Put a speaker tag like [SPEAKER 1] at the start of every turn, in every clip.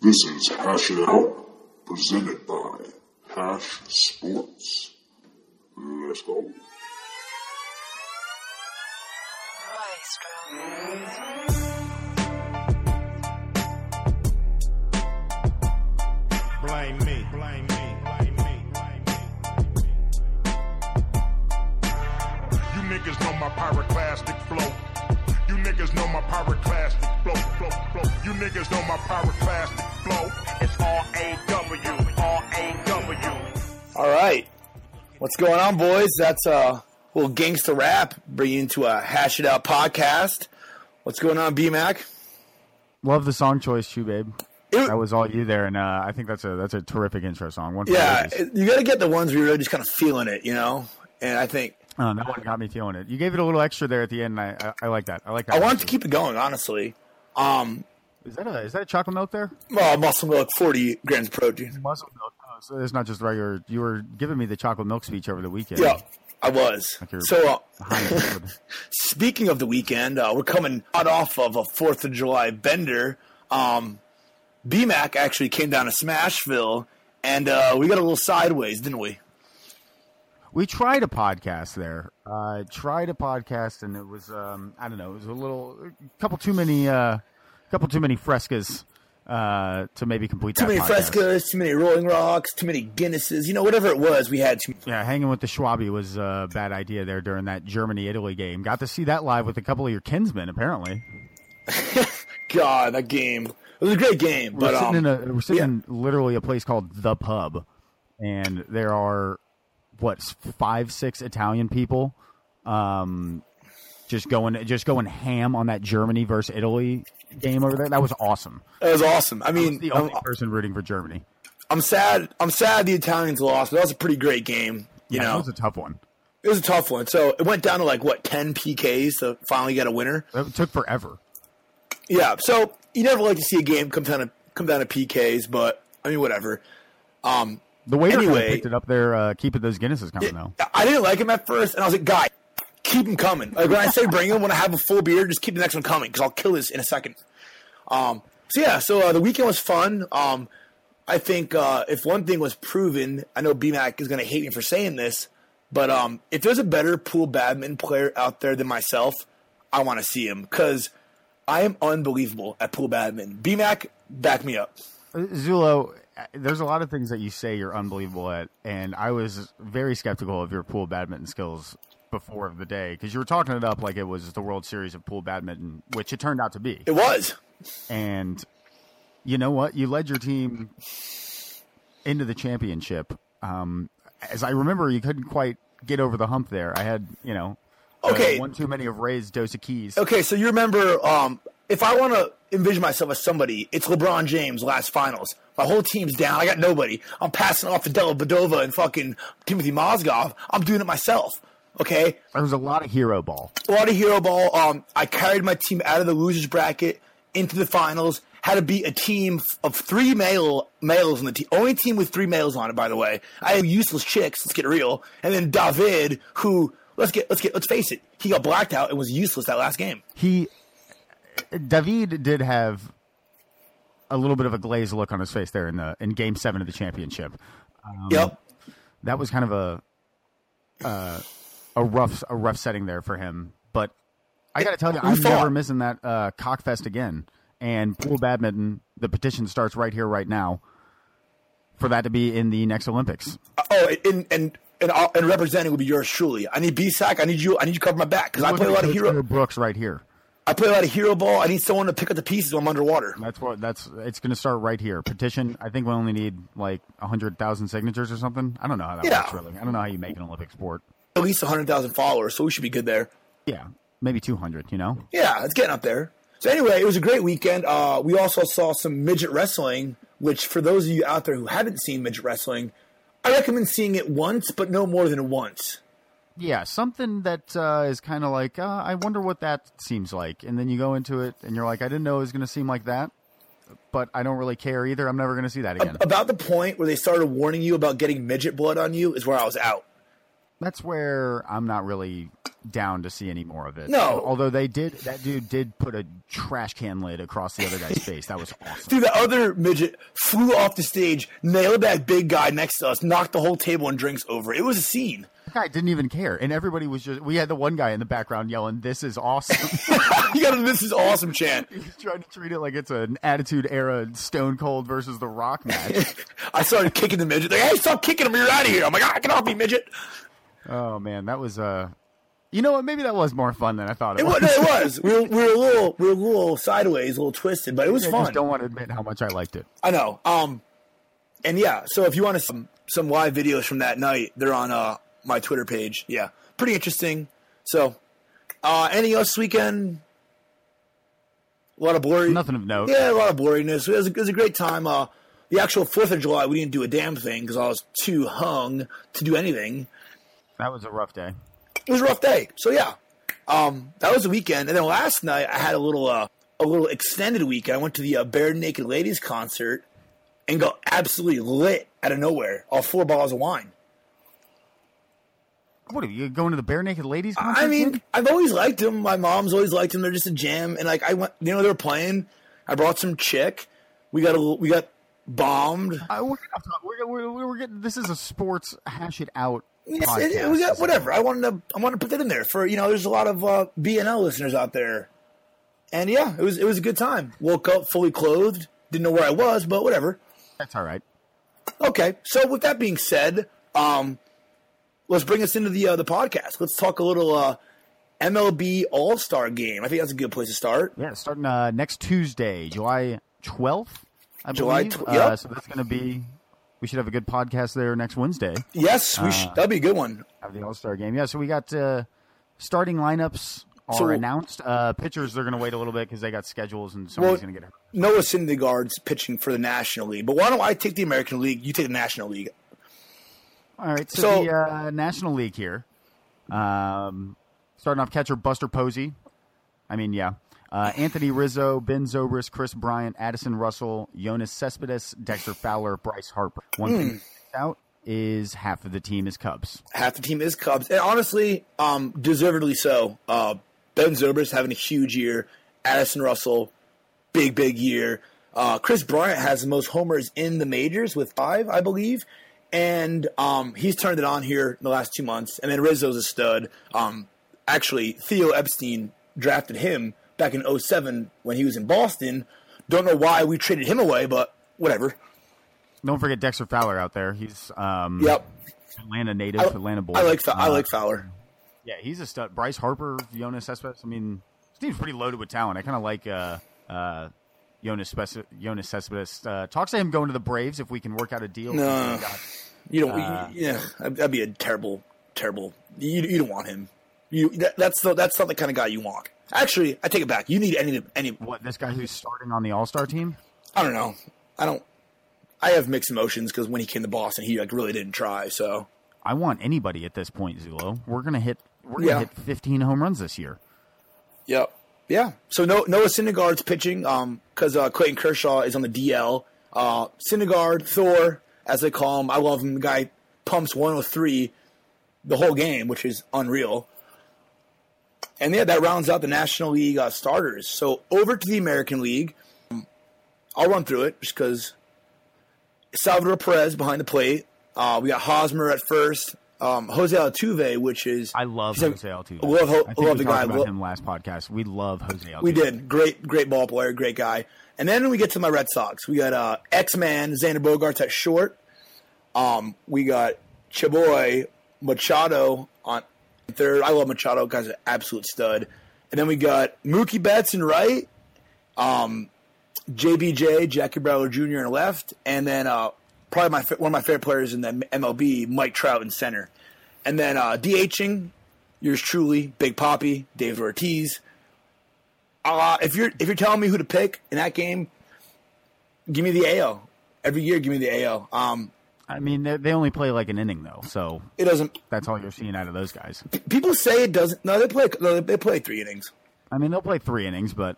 [SPEAKER 1] This is Hash It Out, presented by Hash Sports. Let's go.
[SPEAKER 2] Blame me, blame me, blame me, blame me. You niggas know my pyroclastic flow. You niggas know my pyroclastic flow, flow, flow. You niggas know my pyroclastic flow. It's R-A-W, R-A-W.
[SPEAKER 3] All right. What's going on, boys? That's a little gangster rap bringing to a Hash It Out podcast. What's going on, BMAC?
[SPEAKER 4] Love the song choice too, babe.
[SPEAKER 3] It-
[SPEAKER 4] That was all you there, and uh, I think that's a that's a terrific intro song. One for
[SPEAKER 3] yeah,
[SPEAKER 4] ages.
[SPEAKER 3] it- you got to get the ones where you're really just kind of feeling it, you know? And I think
[SPEAKER 4] Uh, that one got me feeling it. You gave it a little extra there at the end. And I, I I like that. I like that.
[SPEAKER 3] I wanted to keep it going, honestly. Um,
[SPEAKER 4] is that a is that a chocolate milk there?
[SPEAKER 3] well, muscle milk, 40 grams of protein.
[SPEAKER 4] Muscle milk. Oh, so it's not just regular. You were giving me the chocolate milk speech over the weekend.
[SPEAKER 3] Yeah, I was.
[SPEAKER 4] Like you're-
[SPEAKER 3] So, uh,
[SPEAKER 4] Behind the food.
[SPEAKER 3] speaking of the weekend, uh, we're coming hot off of a 4th of July bender. Um, BMAC actually came down to Smashville, and uh, we got a little sideways, didn't we?
[SPEAKER 4] we tried a podcast there. I tried a podcast, and it was um, I don't know. It was a little, a couple too many, uh, couple too many frescas uh, to maybe complete
[SPEAKER 3] too
[SPEAKER 4] that
[SPEAKER 3] many
[SPEAKER 4] podcast.
[SPEAKER 3] frescas, too many Rolling Rocks, too many Guinnesses. You know, whatever it was, we had. Too-
[SPEAKER 4] Yeah, hanging with the Schwabi was a bad idea there during that Germany Italy game. Got to see that live with a couple of your kinsmen, apparently.
[SPEAKER 3] God, that game. It was a great game,
[SPEAKER 4] We're
[SPEAKER 3] but
[SPEAKER 4] sitting,
[SPEAKER 3] um,
[SPEAKER 4] in, a, we're sitting in literally a place called The Pub, and there are, what, five, six Italian people um, just going just going ham on that Germany versus Italy game over there. That was awesome.
[SPEAKER 3] it was awesome. I
[SPEAKER 4] I was
[SPEAKER 3] mean,
[SPEAKER 4] the
[SPEAKER 3] I'm,
[SPEAKER 4] only person rooting for Germany.
[SPEAKER 3] I'm sad. I'm sad the Italians lost, but that was a pretty great game. You
[SPEAKER 4] That
[SPEAKER 3] know,
[SPEAKER 4] was a tough one.
[SPEAKER 3] it was a tough one. So it went down to like what ten PKs to finally get a winner.
[SPEAKER 4] It took forever.
[SPEAKER 3] Yeah. So you never like to see a game come down to come down to PKs, but I mean, whatever. Um,
[SPEAKER 4] The waiter kinda
[SPEAKER 3] Anyway.
[SPEAKER 4] picked it up there, uh, keeping those Guinnesses coming, though.
[SPEAKER 3] I didn't like him at first, and I was like, guy, keep him coming. Like when I say bring him, when I have a full beer, just keep the next one coming because I'll kill this in a second. Um, so yeah, so uh, the weekend was fun. Um, I think uh, if one thing was proven, I know BMAC is going to hate me for saying this, but um, if there's a better pool badminton player out there than myself, I want to see him because I am unbelievable at pool badminton. BMAC, back me up.
[SPEAKER 4] Zulo, there's a lot of things that you say you're unbelievable at, and I was very skeptical of your pool badminton skills before the day because you were talking it up like it was the World Series of pool badminton, which it turned out to be.
[SPEAKER 3] It was.
[SPEAKER 4] And you know what? You led your team into the championship. Um, as I remember, you couldn't quite get over the hump there. I had, you know, uh,
[SPEAKER 3] Okay.
[SPEAKER 4] one too many of Ray's dose of keys.
[SPEAKER 3] Okay, so you remember, um, if I want to envision myself as somebody, it's LeBron James last finals. My whole team's down. I got nobody. I'm passing off to Della Badova and fucking Timothy Mozgov. I'm doing it myself. Okay,
[SPEAKER 4] There was a lot of hero ball.
[SPEAKER 3] a lot of hero ball. Um, I carried my team out of the losers bracket into the finals. Had to beat a team of three male males in the team. Only team with three males on it, by the way. I had useless chicks. Let's get real. And then David, who let's get let's get let's face it, he got blacked out and was useless that last game.
[SPEAKER 4] he David did have a little bit of a glazed look on his face there in the in game 7 of the championship.
[SPEAKER 3] yep.
[SPEAKER 4] That was kind of a uh, a rough a rough setting there for him, but I got to tell you
[SPEAKER 3] Who
[SPEAKER 4] I'm
[SPEAKER 3] thought?
[SPEAKER 4] never missing that uh, cockfest again. And pool badminton, the petition starts right here right now for that to be in the next Olympics.
[SPEAKER 3] Oh, and and and, I'll, and uh, representing will be yours truly. I need BSAC. I need you. I need you to cover my back because I play a lot of hero.
[SPEAKER 4] Brooks right here.
[SPEAKER 3] I play a lot of hero ball. I need someone to pick up the pieces when I'm underwater.
[SPEAKER 4] That's what that's it's going to start right here. Petition. I think we only need like hundred thousand signatures or something. I don't know how that
[SPEAKER 3] Yeah.
[SPEAKER 4] works really. I don't know how you make an Olympic sport.
[SPEAKER 3] At least 100,000 followers, so we should be good there.
[SPEAKER 4] Yeah, maybe two hundred. You know,
[SPEAKER 3] Yeah, it's getting up there. So anyway, it was a great weekend. Uh, we also saw some midget wrestling, which for those of you out there who haven't seen midget wrestling, I recommend seeing it once, but no more than once.
[SPEAKER 4] yeah, something that uh, is kind of like uh, I wonder what that seems like, and then you go into it and you're like, I didn't know it was going to seem like that, but I don't really care either. I'm never going to see that again.
[SPEAKER 3] About the point where they started warning you about getting midget blood on you is where I was out.
[SPEAKER 4] that's where I'm not really down to see any more of it.
[SPEAKER 3] No.
[SPEAKER 4] although they did that dude did put a trash can lid across the other guy's face. That was awesome.
[SPEAKER 3] Dude, the other midget flew off the stage, nailed that big guy next to us, knocked the whole table and drinks over. It was a scene.
[SPEAKER 4] That guy didn't even care, and everybody was just. We had the one guy in the background yelling, "This is awesome."
[SPEAKER 3] you got this is awesome, Chan.
[SPEAKER 4] He's trying to treat it like it's an Attitude Era Stone Cold versus The Rock match.
[SPEAKER 3] I started kicking the midget. Like, hey, stop kicking him! You're out of here. I'm like, ah, get off me, midget.
[SPEAKER 4] oh man, that was uh You know what? Maybe that was more fun than I thought
[SPEAKER 3] It
[SPEAKER 4] it,
[SPEAKER 3] was. no, it was. We were, we were a little, we were a little sideways, a little twisted, but it was
[SPEAKER 4] I
[SPEAKER 3] fun.
[SPEAKER 4] just don't want to admit how much I liked it.
[SPEAKER 3] I know. Um, and yeah, so if you want to some some live videos from that night, they're on uh my Twitter page. Yeah, pretty interesting. So, uh, anything else this weekend? A lot of blurry.
[SPEAKER 4] Nothing of note.
[SPEAKER 3] Yeah, a lot of blurriness. It was, it was a great time. Uh, the actual Fourth of July, we didn't do a damn thing because I was too hung to do anything.
[SPEAKER 4] That was a rough day.
[SPEAKER 3] It was a rough day. So yeah, um, that was the weekend. And then last night, I had a little uh, a little extended weekend. I went to the uh, Bare Naked Ladies concert and got absolutely lit out of nowhere. All four bottles of wine.
[SPEAKER 4] What are you going to the bare naked ladies? Concert
[SPEAKER 3] I mean,
[SPEAKER 4] dude?
[SPEAKER 3] I've always liked them. My mom's always liked them. They're just a jam. And like I went, you know, they were playing. I brought some chick. We got a little- we got bombed.
[SPEAKER 4] I, we're, gonna talk- we're, we're, we're, we're getting this is a sports hash it out.
[SPEAKER 3] Yes, it, it
[SPEAKER 4] podcast.
[SPEAKER 3] was uh, whatever. I wanted to. I wanted to put that in there for you know. There's a lot of uh, BNL listeners out there, and yeah, it was it was a good time. Woke up fully clothed. Didn't know where I was, but whatever.
[SPEAKER 4] That's all right.
[SPEAKER 3] Okay. So with that being said, um, let's bring us into the uh, the podcast. Let's talk a little uh, MLB All Star Game. I think that's a good place to start.
[SPEAKER 4] Yeah, starting uh, next Tuesday, July twelfth. I
[SPEAKER 3] July
[SPEAKER 4] believe.
[SPEAKER 3] tw-
[SPEAKER 4] uh,
[SPEAKER 3] yep.
[SPEAKER 4] So that's going to be. We should have a good podcast there next Wednesday.
[SPEAKER 3] Yes, we sh- that'd be a good one.
[SPEAKER 4] Have the All Star game. Yeah. So we got uh, starting lineups are
[SPEAKER 3] So-
[SPEAKER 4] announced. Uh, pitchers they're going to wait a little bit because they got schedules and somebody's
[SPEAKER 3] Well-
[SPEAKER 4] going to get hurt.
[SPEAKER 3] Noah Syndergaard's pitching for the National League, but why don't I take the American League? You take the National League.
[SPEAKER 4] All right. So,
[SPEAKER 3] So-
[SPEAKER 4] the uh, National League here. Um, starting off catcher Buster Posey. I mean, yeah. Uh, Anthony Rizzo, Ben Zobrist, Chris Bryant, Addison Russell, Jonas Cespedes, Dexter Fowler, Bryce Harper. One thing
[SPEAKER 3] Hmm.
[SPEAKER 4] that sticks out is half of the team is Cubs.
[SPEAKER 3] half the team is Cubs, and honestly, um, deservedly so. Uh, ben Zobrist having a huge year. Addison Russell, big big year. Uh, Chris Bryant has the most homers in the majors with five, I believe, and um, he's turned it on here in the last two months. And then Rizzo's a stud. Um, actually, Theo Epstein drafted him back in 07 when he was in Boston. Don't know why we traded him away, but whatever.
[SPEAKER 4] Don't forget Dexter Fowler out there. He's um,
[SPEAKER 3] Yep,
[SPEAKER 4] Atlanta native, Atlanta boy.
[SPEAKER 3] I like Fa- I
[SPEAKER 4] Uh,
[SPEAKER 3] like Fowler.
[SPEAKER 4] Yeah, he's a stud. Bryce Harper, Jonas Cespedes. I mean, this team's pretty loaded with talent. I kind of like uh, uh, Jonas, Spes- Jonas Cespedes. Uh, talks to him going to the Braves if we can work out a deal.
[SPEAKER 3] No. You don't.
[SPEAKER 4] Uh,
[SPEAKER 3] you- yeah, that'd that'd be a terrible, terrible. You, you don't want him. You that, that's the, that's not the kind of guy you want. Actually, I take it back. You need any any.
[SPEAKER 4] What this guy who's starting on the All Star team?
[SPEAKER 3] I don't know. I don't. I have mixed emotions because when he came to Boston, he like really didn't try. So
[SPEAKER 4] I want anybody at this point, Zulo. We're gonna hit. We're gonna
[SPEAKER 3] Yeah.
[SPEAKER 4] hit 15 home runs this year.
[SPEAKER 3] yeah, yeah. So no Noah Syndergaard's pitching because uh, Clayton Kershaw is on the DL. Uh, Syndergaard, Thor, as they call him. I love him. The guy pumps 103 the whole game, which is unreal. And yeah, that rounds out the National League uh, starters. So over to the American League. Um, I'll run through it just because Salvador Perez behind the plate. Uh, we got Hosmer at first. Um, Jose Altuve, which is
[SPEAKER 4] I love
[SPEAKER 3] he's a-
[SPEAKER 4] Jose Altuve.
[SPEAKER 3] Love, Ho-
[SPEAKER 4] I think
[SPEAKER 3] love the
[SPEAKER 4] we talked
[SPEAKER 3] guy.
[SPEAKER 4] about
[SPEAKER 3] Lo-
[SPEAKER 4] him last podcast. We love Jose Altuve.
[SPEAKER 3] we did great, great ball player, great guy. And then we get to my Red Sox. We got uh, X Man Xander Bogarts at short. Um, we got Chaboy Machado on third. I love Machado. Guy's an absolute stud. And then we got Mookie Betts in right. Um, JBJ Jackie Bradley Jr. in left, and then uh, probably my fa- one of my favorite players in the MLB, Mike Trout in center. And then uh, DHing, yours truly, Big Poppy, David Ortiz. Uh, if you're if you're telling me who to pick in that game, give me the AL. Every year, give me the AL. Um,
[SPEAKER 4] I mean, they, they only play like an inning though, so
[SPEAKER 3] it doesn't.
[SPEAKER 4] that's all you're seeing out of those guys.
[SPEAKER 3] People say it doesn't. No, they play. No, they play three innings.
[SPEAKER 4] I mean, they'll play three innings, but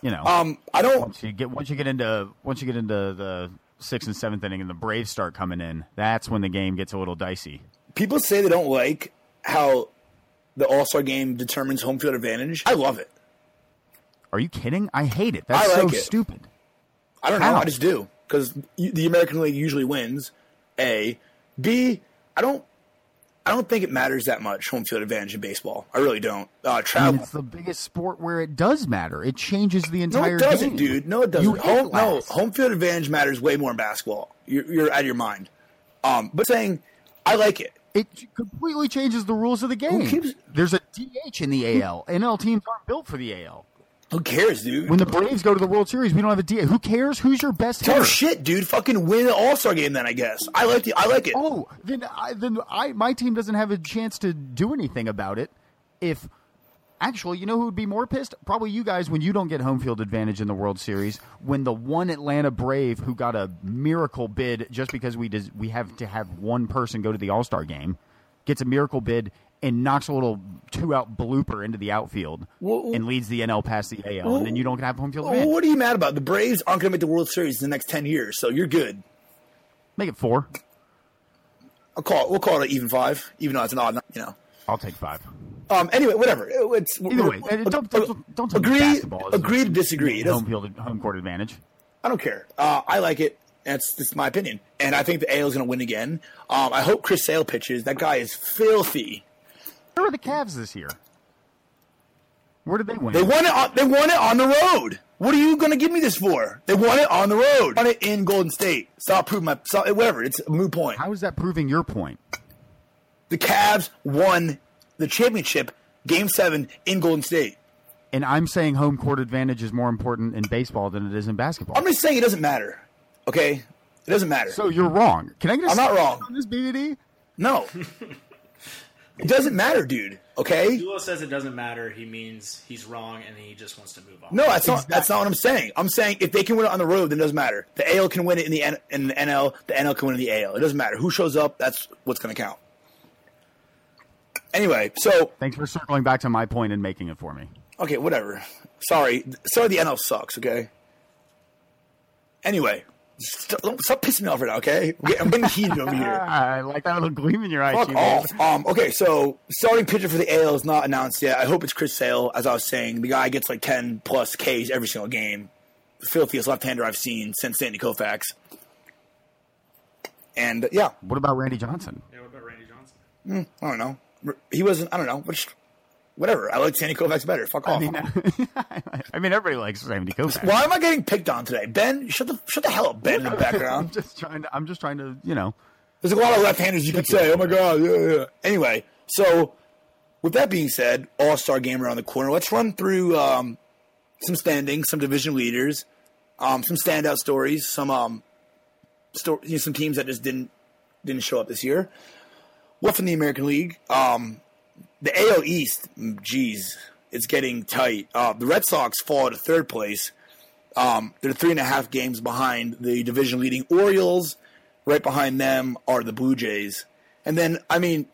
[SPEAKER 4] you know,
[SPEAKER 3] Um, I don't.
[SPEAKER 4] once you get once you get into once you get into the sixth and seventh inning and the Braves start coming in, that's when the game gets a little dicey.
[SPEAKER 3] people say they don't like how the All Star game determines home field advantage. I love it.
[SPEAKER 4] Are you kidding? I hate it. That's
[SPEAKER 3] I
[SPEAKER 4] so
[SPEAKER 3] like it.
[SPEAKER 4] stupid.
[SPEAKER 3] I don't know.
[SPEAKER 4] How?
[SPEAKER 3] I just do because the American League usually wins. A, B. I don't. I don't think it matters that much home field advantage in baseball. I really don't. Uh,
[SPEAKER 4] I mean,
[SPEAKER 3] travel.
[SPEAKER 4] it's the biggest sport where it does matter. It changes the
[SPEAKER 3] No,
[SPEAKER 4] entire
[SPEAKER 3] it doesn't,
[SPEAKER 4] game.
[SPEAKER 3] dude. No, it doesn't.
[SPEAKER 4] You hit
[SPEAKER 3] Home, no,
[SPEAKER 4] last.
[SPEAKER 3] home field advantage matters way more in basketball. You're, you're out of your mind. Um, but saying I like it.
[SPEAKER 4] It completely changes the rules of the game.
[SPEAKER 3] keeps-
[SPEAKER 4] There's a DH in the AL. NL teams aren't built for the AL.
[SPEAKER 3] Who cares, dude?
[SPEAKER 4] When the Braves go to the World Series, we don't have a DH. Who cares? Who's your best
[SPEAKER 3] Tough
[SPEAKER 4] hitter?
[SPEAKER 3] shit, dude. Fucking win the All Star game then. I guess I like the. I like it.
[SPEAKER 4] Oh, then I, then I my team doesn't have a chance to do anything about it. If actually, you know who would be more pissed? Probably you guys when you don't get home field advantage in the World Series. When the one Atlanta Brave who got a miracle bid just because we des- we have to have one person go to the All Star game gets a miracle bid and knocks a little two out blooper into the outfield
[SPEAKER 3] Well,
[SPEAKER 4] and leads the NL past the AL, and then you don't have home field
[SPEAKER 3] Well,
[SPEAKER 4] advantage.
[SPEAKER 3] what are you mad about? The Braves aren't going to make the World Series in the next ten years, so you're good.
[SPEAKER 4] Make it four.
[SPEAKER 3] I'll call it. We'll call it an even five, even though it's an odd. nu- You know.
[SPEAKER 4] I'll take five.
[SPEAKER 3] Um. Anyway, whatever. It- It's
[SPEAKER 4] Either way, don't don't, don't, don't tell me
[SPEAKER 3] agree.
[SPEAKER 4] basketball is-
[SPEAKER 3] Agree to disagree. It
[SPEAKER 4] home
[SPEAKER 3] doesn't-
[SPEAKER 4] field home court advantage.
[SPEAKER 3] I don't care. Uh, I like it. That's that's my opinion, and I think the AL is going to win again. Um. I hope Chris Sale pitches. That guy is filthy.
[SPEAKER 4] Where were the Cavs this year? Where did they win?
[SPEAKER 3] They won it. On, they won it on the road. What are you going to give me this for? They won it on the road. Won it in Golden State. Stop proving my. Stop, whatever. It's a moot point.
[SPEAKER 4] How is that proving your point?
[SPEAKER 3] The Cavs won the championship game seven in Golden State.
[SPEAKER 4] And I'm saying home court advantage is more important in baseball than it is in basketball.
[SPEAKER 3] I'm just saying it doesn't matter. Okay? It doesn't matter.
[SPEAKER 4] so you're wrong. Can I get? A
[SPEAKER 3] I'm not wrong.
[SPEAKER 4] On this BBD.
[SPEAKER 3] no. it doesn't matter, dude. Okay?
[SPEAKER 5] Dulo says it doesn't matter. He means he's wrong, and he just wants to move on.
[SPEAKER 3] No, that's not that's not what I'm saying. I'm saying if they can win it on the road, then it doesn't matter. The AL can win it in the N- in the NL, the NL can win it in the AL. It doesn't matter. Who shows up, that's what's gonna count. Anyway, so
[SPEAKER 4] Thanks for circling back to my point and making it for me.
[SPEAKER 3] Okay, whatever. Sorry. Sorry, the NL sucks, okay? Anyway, st- don't- stop pissing me off right now, okay? I'm getting I'm getting heated over here.
[SPEAKER 4] I like that little gleam in your eye.
[SPEAKER 3] Fuck
[SPEAKER 4] Chief.
[SPEAKER 3] off. Um, okay, so starting pitcher for the AL is not announced yet. I hope it's Chris Sale, as I was saying. The guy gets like 10 plus Ks every single game. The filthiest left hander I've seen since Sandy Koufax. And uh, yeah,
[SPEAKER 4] What about Randy Johnson?
[SPEAKER 5] Yeah, what about Randy Johnson?
[SPEAKER 3] I don't know. R- He wasn't, I don't know. Which, whatever. I like Sandy Koufax better. Fuck off.
[SPEAKER 4] I mean, I mean, everybody likes Randy Koufax.
[SPEAKER 3] Why am I getting picked on today? Ben, shut the shut the hell up, Ben, in the
[SPEAKER 4] I'm
[SPEAKER 3] background.
[SPEAKER 4] just trying to. I'm just trying to. You know.
[SPEAKER 3] There's a lot of left-handers you could say. Oh my god, yeah, yeah. Anyway, so with that being said, All-Star game around the corner. Let's run through um, some standings, some division leaders, um, some standout stories, some um, sto- you know, some teams that just didn't didn't show up this year. What from the American League? Um, the AL East, mm, jeez, it's getting tight. Uh, the Red Sox fall to third place. Um, They're three and a half games behind the division leading Orioles. Right behind them are the Blue Jays. And then, I mean,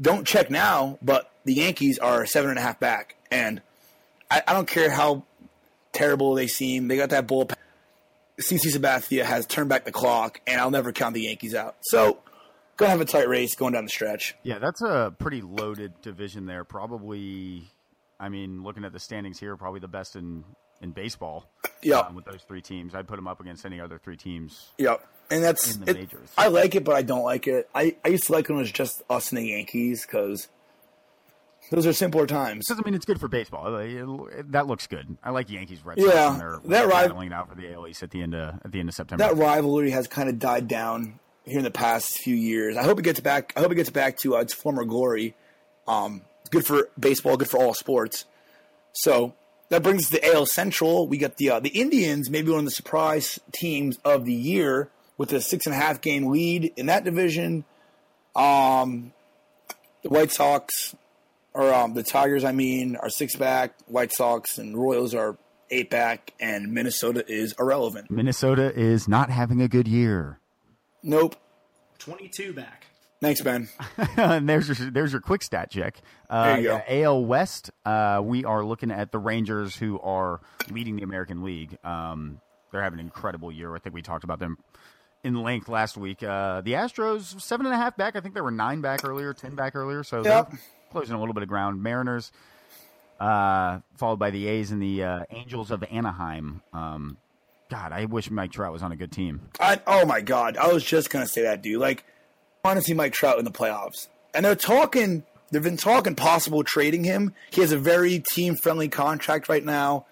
[SPEAKER 3] don't check now, but the Yankees are seven and a half back. And I, I don't care how terrible they seem, they got that bullpen. CC Sabathia has turned back the clock, and I'll never count the Yankees out. So, gonna have a tight race going down the stretch.
[SPEAKER 4] Yeah, that's a pretty loaded division there. Probably, I mean, looking at the standings here, probably the best in in baseball.
[SPEAKER 3] Yeah.
[SPEAKER 4] um, with those three teams, I'd put them up against any other three teams.
[SPEAKER 3] Yep. And that's
[SPEAKER 4] In the
[SPEAKER 3] it-
[SPEAKER 4] majors.
[SPEAKER 3] I like it, but I don't like it. I, I used to like when it was just us and the Yankees because those are simpler times.
[SPEAKER 4] Doesn't mean it's good for baseball. Like, it- That looks good. I like Yankees Red Sox.
[SPEAKER 3] Yeah,
[SPEAKER 4] when they're, when
[SPEAKER 3] that
[SPEAKER 4] they're
[SPEAKER 3] rival-
[SPEAKER 4] battling it out for the AL East at the end of at the end of September.
[SPEAKER 3] That rivalry has kind of died down here in the past few years. I hope it gets back. I hope it gets back to uh, its former glory. Um, it's good for baseball. Good for all sports. So that brings us to AL Central. We got the uh, the Indians, maybe one of the surprise teams of the year, with a six and a half game lead in that division. Um, the White Sox, or um, the Tigers, I mean, are six back. White Sox and Royals are eight back, and Minnesota is irrelevant.
[SPEAKER 4] Minnesota is not having a good year.
[SPEAKER 3] Nope.
[SPEAKER 5] Twenty-two back.
[SPEAKER 3] Thanks, Ben.
[SPEAKER 4] and there's your there's your quick stat check. Uh,
[SPEAKER 3] There you go.
[SPEAKER 4] yeah, AL West, uh, we are looking at the Rangers, who are leading the American League. Um, they're having an incredible year. I think we talked about them in length last week. Uh, the Astros seven and a half back. I think they were nine back earlier, ten back earlier. So
[SPEAKER 3] Yep.
[SPEAKER 4] they're closing a little bit of ground. Mariners, uh, followed by the A's and the uh, Angels of Anaheim. Um, God, I wish Mike Trout was on a good team.
[SPEAKER 3] I, oh my god, I was just gonna say that, dude. Like, I want to see Mike Trout in the playoffs, and they're talking. They've been talking possible trading him. He has a very team-friendly contract right now.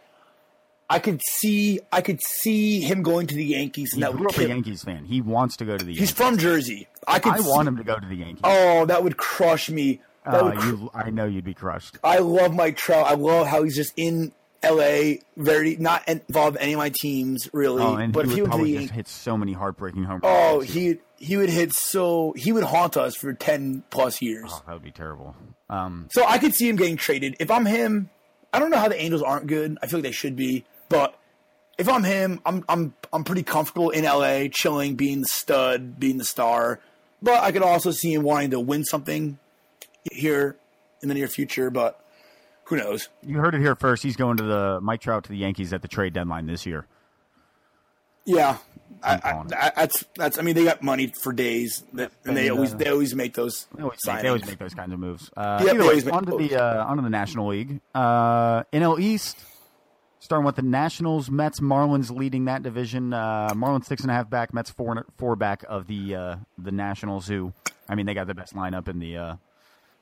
[SPEAKER 3] I could see, I could see him going to the Yankees, and
[SPEAKER 4] He
[SPEAKER 3] that
[SPEAKER 4] grew
[SPEAKER 3] would
[SPEAKER 4] up a
[SPEAKER 3] kill.
[SPEAKER 4] Yankees fan. He wants to go to the
[SPEAKER 3] He's
[SPEAKER 4] Yankees.
[SPEAKER 3] from Jersey. I could.
[SPEAKER 4] I
[SPEAKER 3] see-
[SPEAKER 4] want him to go to the Yankees.
[SPEAKER 3] Oh, that would crush me. That
[SPEAKER 4] Uh,
[SPEAKER 3] would cr-
[SPEAKER 4] you, I know you'd be crushed.
[SPEAKER 3] I love Mike Trout. I love how he's just in L.A. Very not involved in any of my teams really.
[SPEAKER 4] Oh, and
[SPEAKER 3] but
[SPEAKER 4] he
[SPEAKER 3] if he went to the
[SPEAKER 4] would probably just
[SPEAKER 3] Yankees,
[SPEAKER 4] hit so many heartbreaking home runs.
[SPEAKER 3] oh, he he would hit so he would haunt us for ten plus years.
[SPEAKER 4] oh, that would be terrible. Um,
[SPEAKER 3] So I could see him getting traded. If I'm him, I don't know how the Angels aren't good. I feel like they should be, but if I'm him, I'm I'm I'm pretty comfortable in LA, chilling, being the stud, being the star. But I could also see him wanting to win something here in the near future. But who knows?
[SPEAKER 4] you heard it here first. He's going to the Mike Trout to the Yankees at the trade deadline this year.
[SPEAKER 3] Yeah, I, I,
[SPEAKER 4] calling it.
[SPEAKER 3] I, that's that's. I mean, they got money for days, that, and they
[SPEAKER 4] And,
[SPEAKER 3] always
[SPEAKER 4] uh,
[SPEAKER 3] they always make those
[SPEAKER 4] They always,
[SPEAKER 3] signings.
[SPEAKER 4] make, they always make those kinds of moves. Uh,
[SPEAKER 3] Yeah,
[SPEAKER 4] either
[SPEAKER 3] they
[SPEAKER 4] way,
[SPEAKER 3] always make
[SPEAKER 4] onto
[SPEAKER 3] moves.
[SPEAKER 4] the uh, onto the National League. Uh, NL East, starting with the Nationals, Mets, Marlins leading that division. Uh, Marlins six and a half back, Mets four and- four back of the uh, the Nationals. Who, I mean, they got the best lineup in the uh,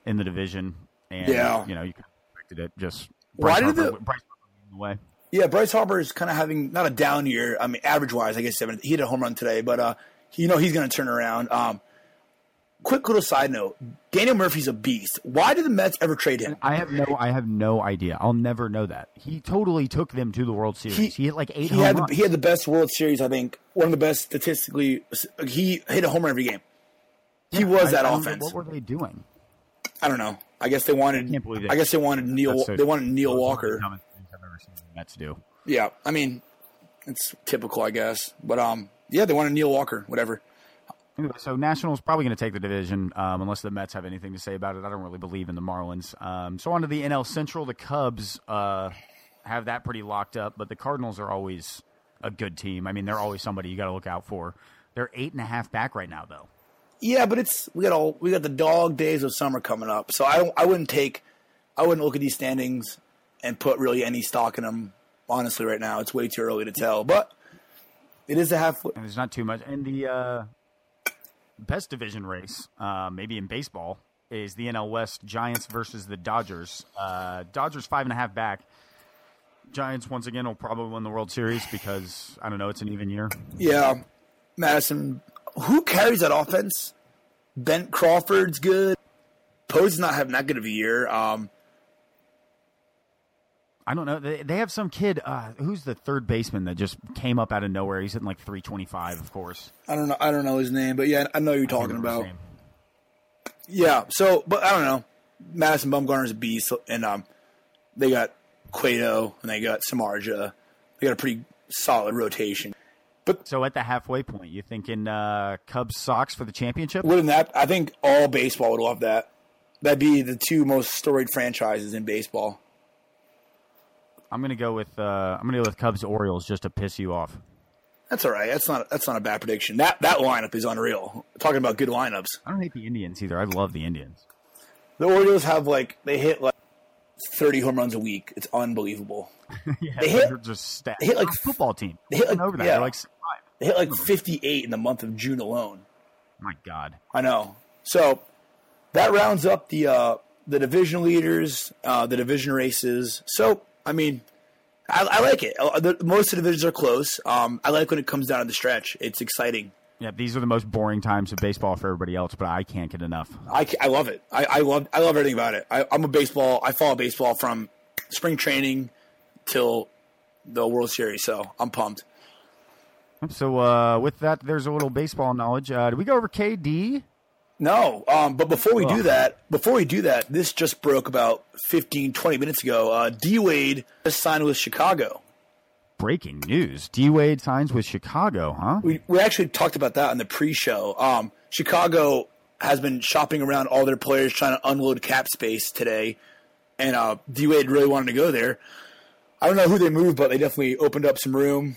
[SPEAKER 4] in the division, and
[SPEAKER 3] Yeah.
[SPEAKER 4] you know you kinda expected it. Just
[SPEAKER 3] Why
[SPEAKER 4] Bryce
[SPEAKER 3] did
[SPEAKER 4] Harper,
[SPEAKER 3] the-
[SPEAKER 4] Bryce Harper leading the way.
[SPEAKER 3] Yeah, Bryce Harper is kind of having not a down year. I mean, average wise, I guess seven. He hit a home run today, but uh, you know he's going to turn around. Um, quick little side note: Daniel Murphy's a beast. Why did the Mets ever trade him?
[SPEAKER 4] I have no, I have no idea. I'll never know that. He totally took them to the World Series. He, hit like eight
[SPEAKER 3] He
[SPEAKER 4] home
[SPEAKER 3] had the,
[SPEAKER 4] runs.
[SPEAKER 3] he had the best World Series, I think, one of the best statistically. He hit a home run every game. He was
[SPEAKER 4] I-
[SPEAKER 3] that
[SPEAKER 4] I don't know,
[SPEAKER 3] offense.
[SPEAKER 4] What were they doing?
[SPEAKER 3] I don't know. I guess they wanted.
[SPEAKER 4] can't believe it.
[SPEAKER 3] I guess they wanted Neil.
[SPEAKER 4] That's so-
[SPEAKER 3] they wanted Neil
[SPEAKER 4] those are the
[SPEAKER 3] Walker.
[SPEAKER 4] dumbest things I've ever seen the Mets do.
[SPEAKER 3] Yeah, I mean, it's typical, I guess. But um, yeah, they wanted Neil Walker, whatever.
[SPEAKER 4] Anyway, so Nationals probably going to take the division um, unless the Mets have anything to say about it. I don't really believe in the Marlins. Um, so on to the NL Central, the Cubs uh, have that pretty locked up, but the Cardinals are always a good team. I mean, they're always somebody you got to look out for. They're eight and a half back right now, though.
[SPEAKER 3] Yeah, but it's we got all we got the dog days of summer coming up, so I don't. I wouldn't take. I wouldn't look at these standings and put really any stock in them. Honestly, right now, it's way too early to tell. But it is a half.
[SPEAKER 4] And there's not too much. And the uh, best division race, uh, maybe in baseball, is the NL West Giants versus the Dodgers. Uh, Dodgers five and a half back. Giants once again will probably win the World Series because I don't know it's an even year.
[SPEAKER 3] Yeah, Madison. Who carries that offense? Bent Crawford's good. Poe's not having that good of a year. Um,
[SPEAKER 4] I don't know. They, they have some kid uh, who's the third baseman that just came up out of nowhere. He's hitting like three twenty five, of course.
[SPEAKER 3] I don't know. I don't know his name, but yeah, I know who you're
[SPEAKER 4] I
[SPEAKER 3] talking
[SPEAKER 4] don't know his
[SPEAKER 3] about.
[SPEAKER 4] name.
[SPEAKER 3] Yeah. So, but I don't know. Madison Bumgarner's a beast, and um, they got Cueto and they got Samarja. They got a pretty solid rotation.
[SPEAKER 4] So at the halfway point, you thinking uh, Cubs Sox for the championship?
[SPEAKER 3] Wouldn't that? I think all baseball would love that. That'd be the two most storied franchises in baseball.
[SPEAKER 4] I'm gonna go with uh, I'm gonna go with Cubs Orioles just to piss you off.
[SPEAKER 3] That's all right. That's not that's not a bad prediction. That that lineup is unreal. Talking about good lineups.
[SPEAKER 4] I don't hate the Indians either. I love the Indians.
[SPEAKER 3] The Orioles have like they hit like thirty home runs a week. It's unbelievable.
[SPEAKER 4] yeah,
[SPEAKER 3] They hit-
[SPEAKER 4] are just stacked.
[SPEAKER 3] they hit, like,
[SPEAKER 4] They're a football team.
[SPEAKER 3] they hit,
[SPEAKER 4] Looking
[SPEAKER 3] like-
[SPEAKER 4] over that.
[SPEAKER 3] yeah.
[SPEAKER 4] They're like, five.
[SPEAKER 3] They hit like fifty eight in the month of June alone.
[SPEAKER 4] my God.
[SPEAKER 3] I know. So that rounds up the uh, the division leaders, uh, the division races. So I mean, I, I like it. Uh, the, most of the divisions are close. Um, I like when it comes down to the stretch. It's exciting.
[SPEAKER 4] Yeah, these are the most boring times of baseball for everybody else, but I can't get enough.
[SPEAKER 3] I, ca- I love it. I, I love I love everything about it. I, I'm a baseball. I follow baseball from spring training till the World Series. So I'm pumped.
[SPEAKER 4] So uh, with that, there's a little baseball knowledge. Uh, did we go over KD?
[SPEAKER 3] No, um, but before we do that, before we do that, this just broke about 15, 20 minutes ago. Uh, D Wade just signed with Chicago.
[SPEAKER 4] Breaking news: D Wade signs with Chicago, huh?
[SPEAKER 3] we, we actually talked about that on the pre-show. Um, Chicago has been shopping around all their players, trying to unload cap space today, and uh, D Wade really wanted to go there. I don't know who they moved, but they definitely opened up some room.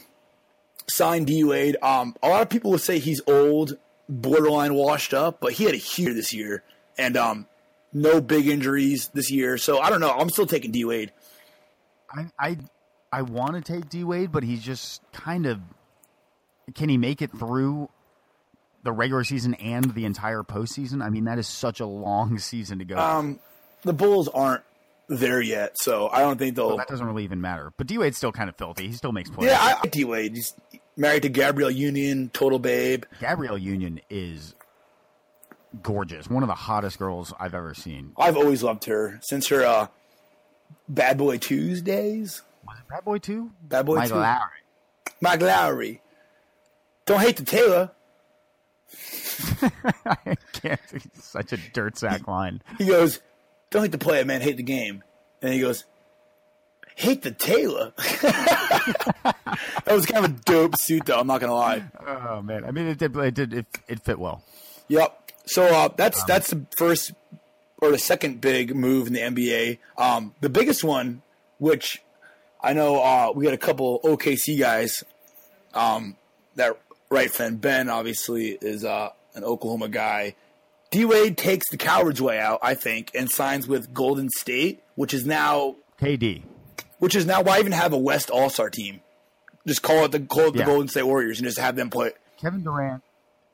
[SPEAKER 3] signed DUA'd. Um, a lot of people would say he's old, borderline washed up, but he had a huge year this year and um, no big injuries this year. So I don't know. I'm still taking DUA'd.
[SPEAKER 4] I I, I want to take D Wade, but he's just kind of. Can he make it through the regular season and the entire postseason? I mean, that is such a long season to go.
[SPEAKER 3] Um, the Bulls aren't there yet, so I don't think they'll.
[SPEAKER 4] that doesn't really even matter. But D Wade's still kind of filthy. He still makes plays.
[SPEAKER 3] Oh. Yeah, I, I D Wade. He's married to Gabrielle Union, total babe.
[SPEAKER 4] Gabrielle Union is gorgeous. One of the hottest girls I've ever seen.
[SPEAKER 3] I've always loved her since her uh, Bad Boy Tuesdays.
[SPEAKER 4] Was it Bad Boy Two?
[SPEAKER 3] Bad Boy
[SPEAKER 4] Michael
[SPEAKER 3] Two.
[SPEAKER 4] Lowry.
[SPEAKER 3] Mike Lowry. Don't hate the Taylor.
[SPEAKER 4] I can't. It's such a dirt sack line.
[SPEAKER 3] He goes, Don't hate the player, man. Hate the game. And he goes, Hate the Taylor. that was kind of a dope suit, though. I'm not going to lie.
[SPEAKER 4] Oh man. I mean, it did. It did. It, it fit well.
[SPEAKER 3] Yep. So uh, that's that's the first or the second big move in the NBA. Um, the biggest one, which I know uh, we got a couple OKC guys. Um, that right fan Ben obviously is uh, an Oklahoma guy. D Wade takes the coward's way out, I think, and signs with Golden State, which is now
[SPEAKER 4] KD.
[SPEAKER 3] which is now why even have a West All Star team? Just call it the call it the
[SPEAKER 4] Yeah.
[SPEAKER 3] Golden State Warriors and just have them play.
[SPEAKER 4] Kevin Durant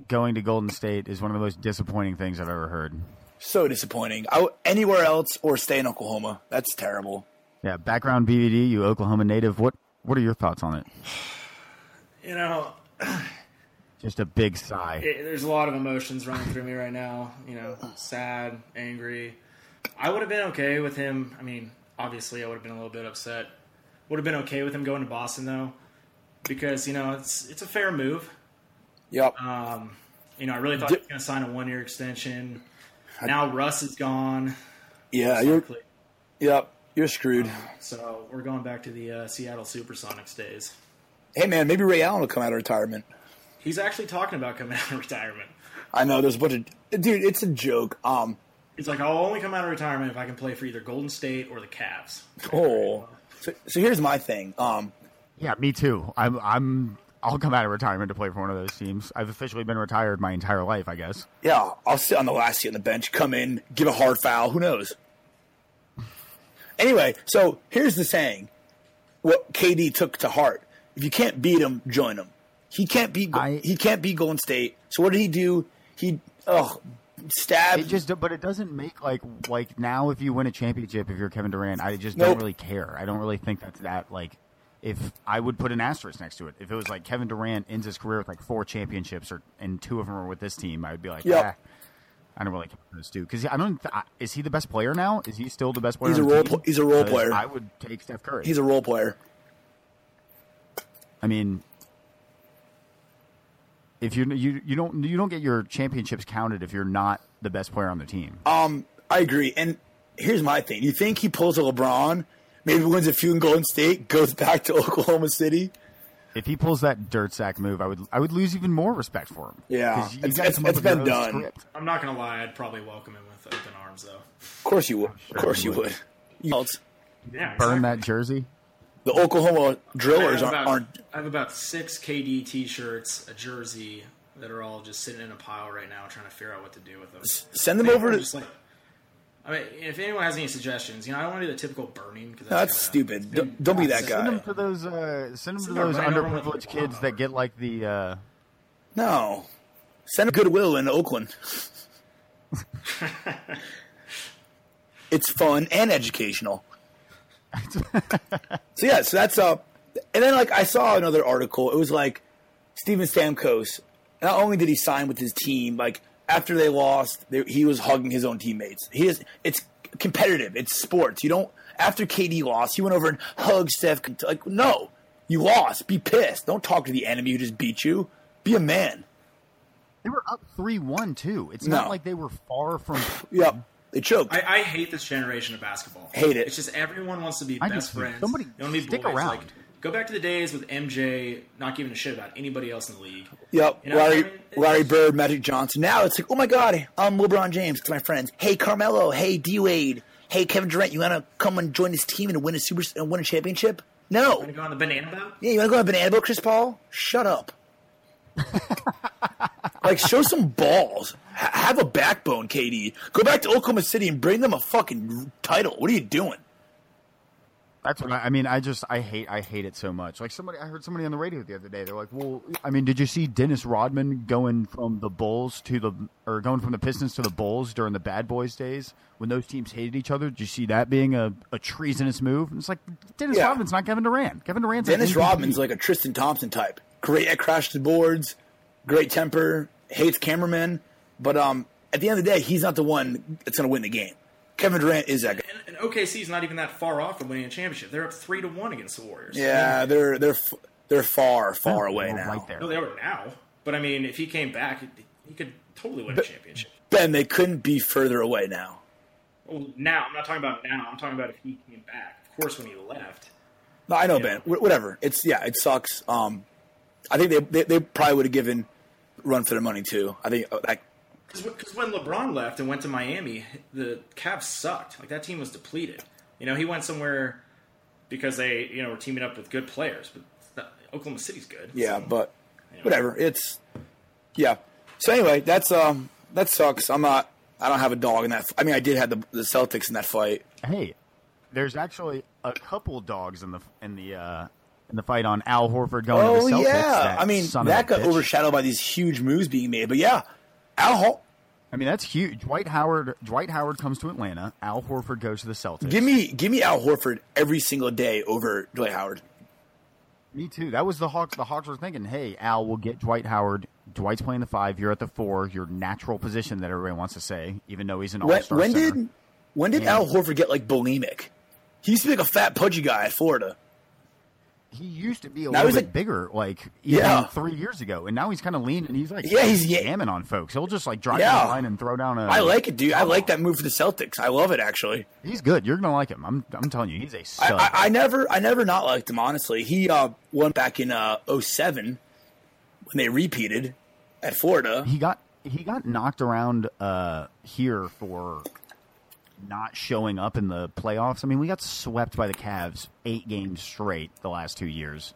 [SPEAKER 4] going to Golden State is one of the most disappointing things I've ever heard.
[SPEAKER 3] So disappointing. I, anywhere else or stay in Oklahoma. That's terrible.
[SPEAKER 4] Yeah, background BVD, you Oklahoma native. What what are your thoughts on it?
[SPEAKER 5] You know,
[SPEAKER 4] Just a big sigh.
[SPEAKER 5] it, there's a lot of emotions running through me right now. You know, sad, angry. I would have been okay with him. I mean, obviously, I would have been a little bit upset. Would have been okay with him going to Boston though, because you know it's it's a fair move.
[SPEAKER 3] Yep.
[SPEAKER 5] You know, I really thought he was going to sign a one year extension. Now Russ is gone.
[SPEAKER 3] yeah. You're.
[SPEAKER 5] Exactly.
[SPEAKER 3] Yep. You're screwed.
[SPEAKER 5] So we're going back to the uh, Seattle Supersonics days.
[SPEAKER 3] Hey man, maybe Ray Allen will come out of retirement.
[SPEAKER 5] He's actually talking about coming out of retirement.
[SPEAKER 3] I know there's a bunch of dude. It's a joke. Um.
[SPEAKER 5] He's like, I'll only come out of retirement if I can play for either Golden State or the Cavs.
[SPEAKER 3] Oh. So, so here's my thing. Um.
[SPEAKER 4] Yeah, me too. I'm I'm I'll come out of retirement to play for one of those teams. I've officially been retired my entire life, I guess.
[SPEAKER 3] Yeah. I'll sit on the last seat on the bench. Come in. Give a hard foul. Who knows? Anyway, so here's the saying. What KD took to heart: If you can't beat him, join him. He can't beat.
[SPEAKER 4] I-
[SPEAKER 3] he can't beat Golden State. So what did he do? He oh stabbed.
[SPEAKER 4] It just but it doesn't make like like now if you win a championship if you're Kevin Durant, I just
[SPEAKER 3] Nope.
[SPEAKER 4] don't really care. I don't really think that's that like if I would put an asterisk next to it. If it was like Kevin Durant ends his career with like four championships or and two of them are with this team, I would be like,
[SPEAKER 3] Yep.
[SPEAKER 4] yeah. I don't really care about those two because I don't. I, is he the best player now? Is he still the best player?
[SPEAKER 3] He's
[SPEAKER 4] on
[SPEAKER 3] a
[SPEAKER 4] the
[SPEAKER 3] role
[SPEAKER 4] team?
[SPEAKER 3] pl- he's a role
[SPEAKER 4] 'Cause
[SPEAKER 3] player.
[SPEAKER 4] I would take Steph Curry.
[SPEAKER 3] He's a role player.
[SPEAKER 4] I mean, if you you you don't you don't get your championships counted if you're not the best player on the team.
[SPEAKER 3] Um, I agree. And here's my thing: you think he pulls a LeBron, maybe wins a few in Golden State, goes back to Oklahoma City?
[SPEAKER 4] if he pulls that dirt sack move, I would I would lose even more respect for him.
[SPEAKER 3] Yeah.
[SPEAKER 4] 'Cause you
[SPEAKER 3] It's-
[SPEAKER 4] gotta
[SPEAKER 3] it's-
[SPEAKER 4] come up
[SPEAKER 3] it's
[SPEAKER 4] with your
[SPEAKER 3] been
[SPEAKER 4] own
[SPEAKER 3] done.
[SPEAKER 4] script.
[SPEAKER 5] I'm not going to lie, I'd probably welcome him with open arms, though.
[SPEAKER 3] Of course you would. Of course you would. You know, it's-
[SPEAKER 5] Yeah,
[SPEAKER 4] Burn
[SPEAKER 5] exactly.
[SPEAKER 4] that jersey.
[SPEAKER 3] the Oklahoma
[SPEAKER 5] I
[SPEAKER 3] Drillers
[SPEAKER 5] have,
[SPEAKER 3] aren't,
[SPEAKER 5] about,
[SPEAKER 3] aren't.
[SPEAKER 5] I have about six KD t-shirts, a jersey that are all just sitting in a pile right now, trying to figure out what to do with them.
[SPEAKER 3] Send them
[SPEAKER 5] Like,
[SPEAKER 3] over
[SPEAKER 5] I'm
[SPEAKER 3] to-
[SPEAKER 5] Just like, I mean, if anyone has any suggestions, you know, I don't want to do the typical burning because
[SPEAKER 3] That's stupid. Don't, don't be that
[SPEAKER 4] Send him
[SPEAKER 3] guy.
[SPEAKER 4] to those. Uh, send him to
[SPEAKER 5] Send him
[SPEAKER 4] those
[SPEAKER 5] right over with
[SPEAKER 4] underprivileged
[SPEAKER 5] the
[SPEAKER 4] kids that get like the. Uh,
[SPEAKER 3] No. Send him Goodwill in Oakland. it's fun and educational. so yeah, so that's uh and then like I saw another article. It was like Steven Stamkos. Not only did he sign with his team, like after they lost, they, he was hugging his own teammates. He is. It's competitive. It's sports. You don't. After KD lost, he went over and hugged Steph. Like no, you lost. Be pissed. Don't talk to the enemy who just beat you. Be a man.
[SPEAKER 4] they were up three one too. It's
[SPEAKER 3] No.
[SPEAKER 4] not like they were far from.
[SPEAKER 3] Yep. They choked.
[SPEAKER 5] I, I hate this generation of basketball.
[SPEAKER 3] Hate it.
[SPEAKER 5] It's just everyone wants to be
[SPEAKER 4] I do
[SPEAKER 5] best
[SPEAKER 4] too.
[SPEAKER 5] friends.
[SPEAKER 4] Somebody
[SPEAKER 5] they wanna be
[SPEAKER 4] stick
[SPEAKER 5] boys.
[SPEAKER 4] around.
[SPEAKER 5] Like, go back to the days with MJ not giving a shit about anybody else in the league.
[SPEAKER 3] Yep,
[SPEAKER 5] You know, I
[SPEAKER 3] Larry,
[SPEAKER 5] mean, it's-
[SPEAKER 3] Larry Bird, Magic Johnson. Now it's like, oh my God, I'm LeBron James because my friends. Hey Carmelo, hey D Wade, hey Kevin Durant, you wanna come and join this team and win a super and win a championship? No.
[SPEAKER 5] Gonna go on the banana boat?
[SPEAKER 3] Yeah, you want to go on a banana boat, Chris Paul? Shut up. like, show some balls. H- have a backbone, KD. Go back to Oklahoma City and bring them a fucking title. What are you doing?
[SPEAKER 4] That's what I, I mean. I just I hate I hate it so much. Like somebody I heard somebody on the radio the other day. They're like, "Well, I mean, did you see Dennis Rodman going from the Bulls to the or going from the Pistons to the Bulls during the Bad Boys days when those teams hated each other? Did you see that being a, a treasonous move?" And it's like Dennis
[SPEAKER 3] Yeah.
[SPEAKER 4] Rodman's not Kevin Durant. Kevin Durant's an
[SPEAKER 3] Dennis
[SPEAKER 4] MVP.
[SPEAKER 3] Rodman's like a Tristan Thompson type. Great at crash the boards, great temper, hates cameramen, but um, at the end of the day, he's not the one that's going to win the game. Kevin Durant is that guy.
[SPEAKER 5] And, and OKC's not even that far off from winning a championship. They're up three to one against the Warriors.
[SPEAKER 3] Yeah, they're they're f- they're far far away
[SPEAKER 4] We're
[SPEAKER 3] now.
[SPEAKER 4] Right there.
[SPEAKER 5] No, they are now. But I mean, if he came back, he, he could totally win a championship.
[SPEAKER 3] Ben, they couldn't be further away now.
[SPEAKER 5] Well, now I'm not talking about now. I'm talking about if he came back. Of course, when he left.
[SPEAKER 3] No, I know, Ben. Wh- Whatever. It's yeah, it sucks. Um, I think they they, they probably would have given run for their money too. I think uh, like
[SPEAKER 5] Because when LeBron left and went to Miami, the Cavs sucked. Like that team was depleted. You know, he went somewhere because they, you know, were teaming up with good players. But it's not- Oklahoma City's good.
[SPEAKER 3] yeah,
[SPEAKER 5] So,
[SPEAKER 3] but
[SPEAKER 5] you know.
[SPEAKER 3] whatever. It's yeah. So anyway, that's um that sucks. I'm not. I don't have a dog in that. f- I mean, I did have the, the Celtics in that fight.
[SPEAKER 4] Hey, there's actually a couple dogs in the in the uh, in the fight on Al Horford going
[SPEAKER 3] Oh
[SPEAKER 4] to the Celtics.
[SPEAKER 3] yeah.
[SPEAKER 4] that
[SPEAKER 3] I mean,
[SPEAKER 4] son of
[SPEAKER 3] that
[SPEAKER 4] a
[SPEAKER 3] got
[SPEAKER 4] bitch.
[SPEAKER 3] overshadowed by these huge moves being made. But yeah, Al Hall.
[SPEAKER 4] I mean, that's huge. Dwight Howard. Dwight Howard comes to Atlanta. Al Horford goes to the Celtics.
[SPEAKER 3] Give me give me Al Horford every single day over Dwight Howard.
[SPEAKER 4] Me too. That was the Hawks. The Hawks were thinking, "Hey, Al, we'll get Dwight Howard. Dwight's playing the five. You're at the four. Your natural position that everybody wants to say, even though he's an
[SPEAKER 3] When,
[SPEAKER 4] all-star."
[SPEAKER 3] when
[SPEAKER 4] center.
[SPEAKER 3] did when did Al Horford get like bulimic? He used to be like a fat pudgy guy at Florida.
[SPEAKER 4] he used to be a
[SPEAKER 3] Now
[SPEAKER 4] little
[SPEAKER 3] he's
[SPEAKER 4] bit
[SPEAKER 3] like-
[SPEAKER 4] bigger, like even
[SPEAKER 3] Yeah.
[SPEAKER 4] three years ago, and now he's kind of lean and he's like,
[SPEAKER 3] Yeah, he's- yeah.
[SPEAKER 4] jamming on folks. He'll just like drive
[SPEAKER 3] Yeah.
[SPEAKER 4] down the line and throw down a.
[SPEAKER 3] I like it, dude. I like that move for the Celtics. I love it actually.
[SPEAKER 4] He's good. You're gonna like him. I'm. I'm telling you, he's a stud.
[SPEAKER 3] I, I, I never I never not liked him honestly. He uh, won back in uh, 07 when they repeated at Florida.
[SPEAKER 4] he got he got knocked around uh, here for not showing up in the playoffs. I mean, we got swept by the Cavs eight games straight the last two years,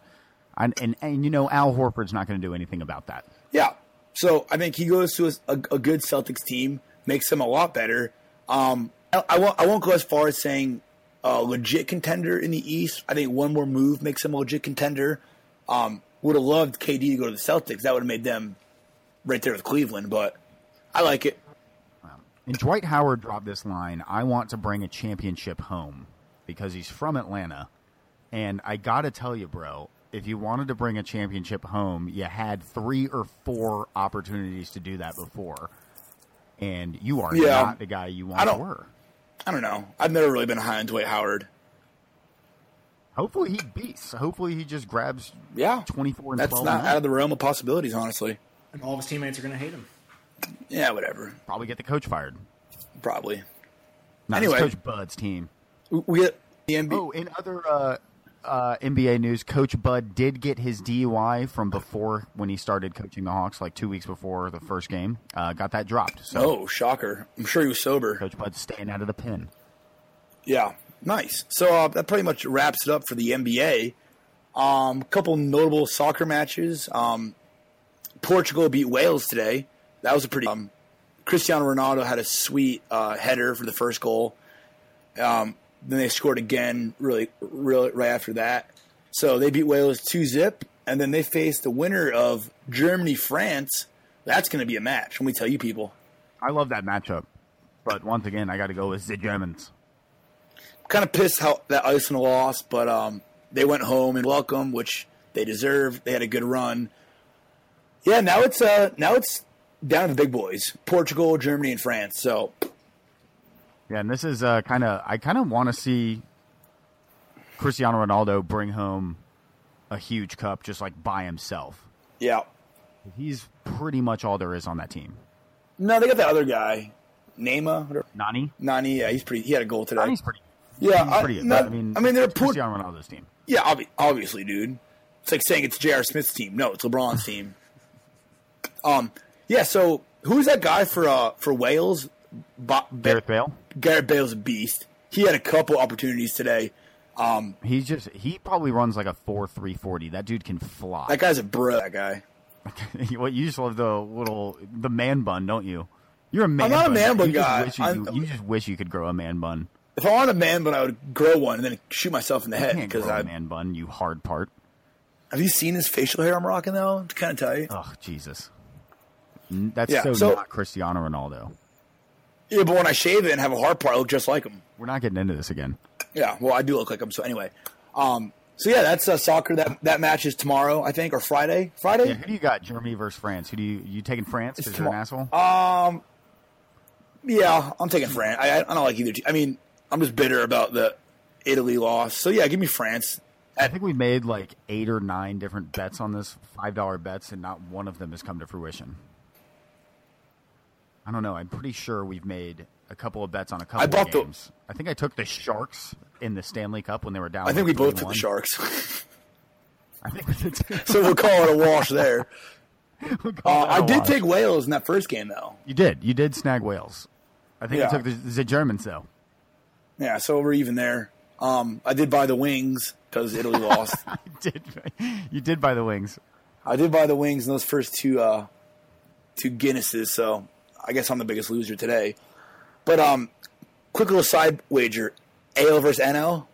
[SPEAKER 4] and and, and you know Al Horford's not going to do anything about that.
[SPEAKER 3] Yeah. So I think he goes to a, a- a good Celtics team, makes them a lot better. Um, I, I won't I won't go as far as saying a legit contender in the East. I think one more move makes them a legit contender. Um, would have loved KD to go to the Celtics. That would have made them right there with Cleveland. But I like it.
[SPEAKER 4] And Dwight Howard dropped this line I want to bring a championship home because he's from Atlanta. And I got to tell you, bro, if you wanted to bring a championship home, you had three or four opportunities to do that before. And you are
[SPEAKER 3] Yeah.
[SPEAKER 4] not the guy you once
[SPEAKER 3] I don't-
[SPEAKER 4] were.
[SPEAKER 3] I don't know. I've never really been high on Dwight Howard.
[SPEAKER 4] Hopefully he beats. Hopefully he just grabs
[SPEAKER 3] Yeah,
[SPEAKER 4] 24 and
[SPEAKER 3] That's
[SPEAKER 4] 12
[SPEAKER 3] not
[SPEAKER 4] and
[SPEAKER 3] out of the realm of possibilities, honestly.
[SPEAKER 5] And all of his teammates are going to hate him.
[SPEAKER 3] Yeah, whatever.
[SPEAKER 4] probably get the coach fired.
[SPEAKER 3] Probably.
[SPEAKER 4] Not his
[SPEAKER 3] Anyway.
[SPEAKER 4] Coach Bud's team.
[SPEAKER 3] We- We get the NBA.
[SPEAKER 4] Oh, in other uh, uh, NBA news, Coach Bud did get his DUI from before when he started coaching the Hawks, like two weeks before the first game. Uh, got that dropped. So
[SPEAKER 3] oh, shocker! I'm sure he was sober.
[SPEAKER 4] Coach Bud's staying out of the pin.
[SPEAKER 3] Yeah, nice. So uh, that pretty much wraps it up for the NBA. Um, couple notable soccer matches. Um, Portugal beat Wales today. That was a pretty. Um, Cristiano Ronaldo had a sweet uh, header for the first goal. Um, then they scored again, really, really right after that. So they beat Wales two zip, and then they face the winner of Germany France. That's going to be a match. Let me tell you, people.
[SPEAKER 4] I love that matchup, but once again, I got to go with the Germans.
[SPEAKER 3] kind of pissed how that Iceland lost, but um, they went home and welcome, which they deserved. They had a good run. Yeah, now it's uh, now it's down to the big boys: Portugal, Germany, and France. So
[SPEAKER 4] Yeah, and this is uh, kind of I kind of want to see Cristiano Ronaldo bring home a huge cup just like by himself.
[SPEAKER 3] yeah,
[SPEAKER 4] He's pretty much all there is on that team.
[SPEAKER 3] no, they got the other guy, Neymar, whatever.
[SPEAKER 4] Nani,
[SPEAKER 3] Nani. Yeah, he's pretty. He had a goal today.
[SPEAKER 4] Nani's pretty.
[SPEAKER 3] yeah,
[SPEAKER 4] he's
[SPEAKER 3] I,
[SPEAKER 4] pretty.
[SPEAKER 3] no,
[SPEAKER 4] but I mean,
[SPEAKER 3] they're
[SPEAKER 4] it's
[SPEAKER 3] Port-
[SPEAKER 4] Cristiano Ronaldo's team.
[SPEAKER 3] Yeah, obvi- obviously, dude. It's like saying it's J.R. Smith's team. No, it's LeBron's team. Um, yeah. So who's that guy for uh for Wales? Ba- Ba-
[SPEAKER 4] Gareth Bale.
[SPEAKER 3] Garrett Bale's a beast. He had a couple opportunities today.
[SPEAKER 4] He's just he probably runs like a four three forty. That dude can fly.
[SPEAKER 3] That guy's a bro. That guy.
[SPEAKER 4] what you just love the little the man bun, don't you? You're a man.
[SPEAKER 3] not a
[SPEAKER 4] bun.
[SPEAKER 3] man bun
[SPEAKER 4] You just
[SPEAKER 3] guy.
[SPEAKER 4] wish you-
[SPEAKER 3] I'm-
[SPEAKER 4] you, you just wish you could grow a man bun.
[SPEAKER 3] If I wanted a man, but I would grow one and then shoot myself in the
[SPEAKER 4] You
[SPEAKER 3] head
[SPEAKER 4] can't
[SPEAKER 3] because
[SPEAKER 4] grow a
[SPEAKER 3] I.
[SPEAKER 4] man bun. You hard part.
[SPEAKER 3] Have you seen his facial hair I'm rocking though? To kind of tell you.
[SPEAKER 4] Oh Jesus. N- That's
[SPEAKER 3] Yeah,
[SPEAKER 4] so,
[SPEAKER 3] so-
[SPEAKER 4] not Cristiano Ronaldo.
[SPEAKER 3] Yeah, but when I shave it and have a hard part, I look just like him.
[SPEAKER 4] We're not getting into this again.
[SPEAKER 3] Yeah, well, I do look like him. So anyway, um, so yeah, that's uh, soccer. That that match is tomorrow, I think, or Friday. Friday.
[SPEAKER 4] Yeah, who do you got? Germany versus France. Who do you you taking France because you're an
[SPEAKER 3] tomo-
[SPEAKER 4] asshole?
[SPEAKER 3] Yeah, I'm taking France. I, I don't like either. te- I mean, I'm just bitter about the Italy loss. So yeah, give me France.
[SPEAKER 4] I think we made like eight or nine different bets on this five dollar bets, and not one of them has come to fruition. I don't know. I'm pretty sure we've made a couple of bets on a couple
[SPEAKER 3] I bought
[SPEAKER 4] of
[SPEAKER 3] the-
[SPEAKER 4] games. I think I took the Sharks in the Stanley Cup when they were down.
[SPEAKER 3] I think we
[SPEAKER 4] like,
[SPEAKER 3] both took the
[SPEAKER 4] 3-1.
[SPEAKER 3] Sharks,
[SPEAKER 4] I think we did. too.
[SPEAKER 3] so we'll call it a wash there.
[SPEAKER 4] We'll
[SPEAKER 3] Uh,
[SPEAKER 4] call that
[SPEAKER 3] I
[SPEAKER 4] a
[SPEAKER 3] did
[SPEAKER 4] wash.
[SPEAKER 3] take Wales in that first game though.
[SPEAKER 4] You did. You did snag Wales. I think
[SPEAKER 3] Yeah.
[SPEAKER 4] I took the, the Germans though.
[SPEAKER 3] Yeah, so we're even there. Um, I did buy the wings because Italy lost.
[SPEAKER 4] You did. You did buy the wings.
[SPEAKER 3] I did buy the wings in those first two uh, two Guinnesses, so I guess I'm the biggest loser today. But um, quick little side wager: AL versus NL,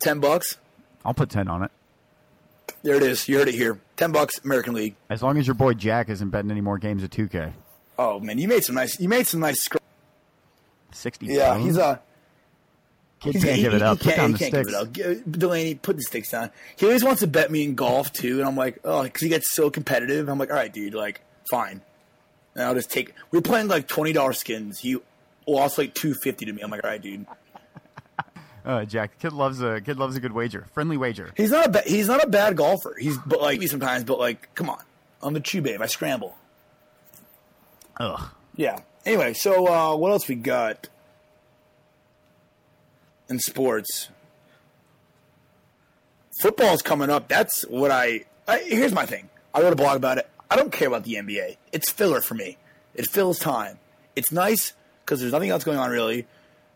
[SPEAKER 3] ten bucks.
[SPEAKER 4] I'll put ten on it.
[SPEAKER 3] There it is. You heard it here. Ten bucks, American League.
[SPEAKER 4] As long as your boy Jack isn't betting any more games of 2K.
[SPEAKER 3] Oh man, you made some nice. You made some nice. Sc-
[SPEAKER 4] 60
[SPEAKER 3] yeah,
[SPEAKER 4] pounds?
[SPEAKER 3] he's a. Uh,
[SPEAKER 4] Kid
[SPEAKER 3] he's-
[SPEAKER 4] can't
[SPEAKER 3] he-
[SPEAKER 4] give it
[SPEAKER 3] he
[SPEAKER 4] up. Put
[SPEAKER 3] can't,
[SPEAKER 4] down
[SPEAKER 3] he
[SPEAKER 4] the
[SPEAKER 3] can't
[SPEAKER 4] sticks.
[SPEAKER 3] give it up. G- Delaney, put the sticks down. He always wants to bet me in golf too, and I'm like, oh, because he gets so competitive. I'm like, all right, dude, like, fine. And I'll just take. We were playing like twenty dollars skins. He lost like two fifty to me. I'm like, all right, dude.
[SPEAKER 4] Uh, Jack, kid loves a kid loves a good wager, friendly wager.
[SPEAKER 3] He's not a ba- he's not a bad golfer. He's but like me sometimes, but like, come on, I'm the chew babe. I scramble.
[SPEAKER 4] Ugh.
[SPEAKER 3] Yeah. Anyway, so uh, what else we got in sports? Football's coming up. That's what I, I. Here's my thing. I wrote a blog about it. I don't care about the NBA. It's filler for me. It fills time. It's nice because there's nothing else going on really.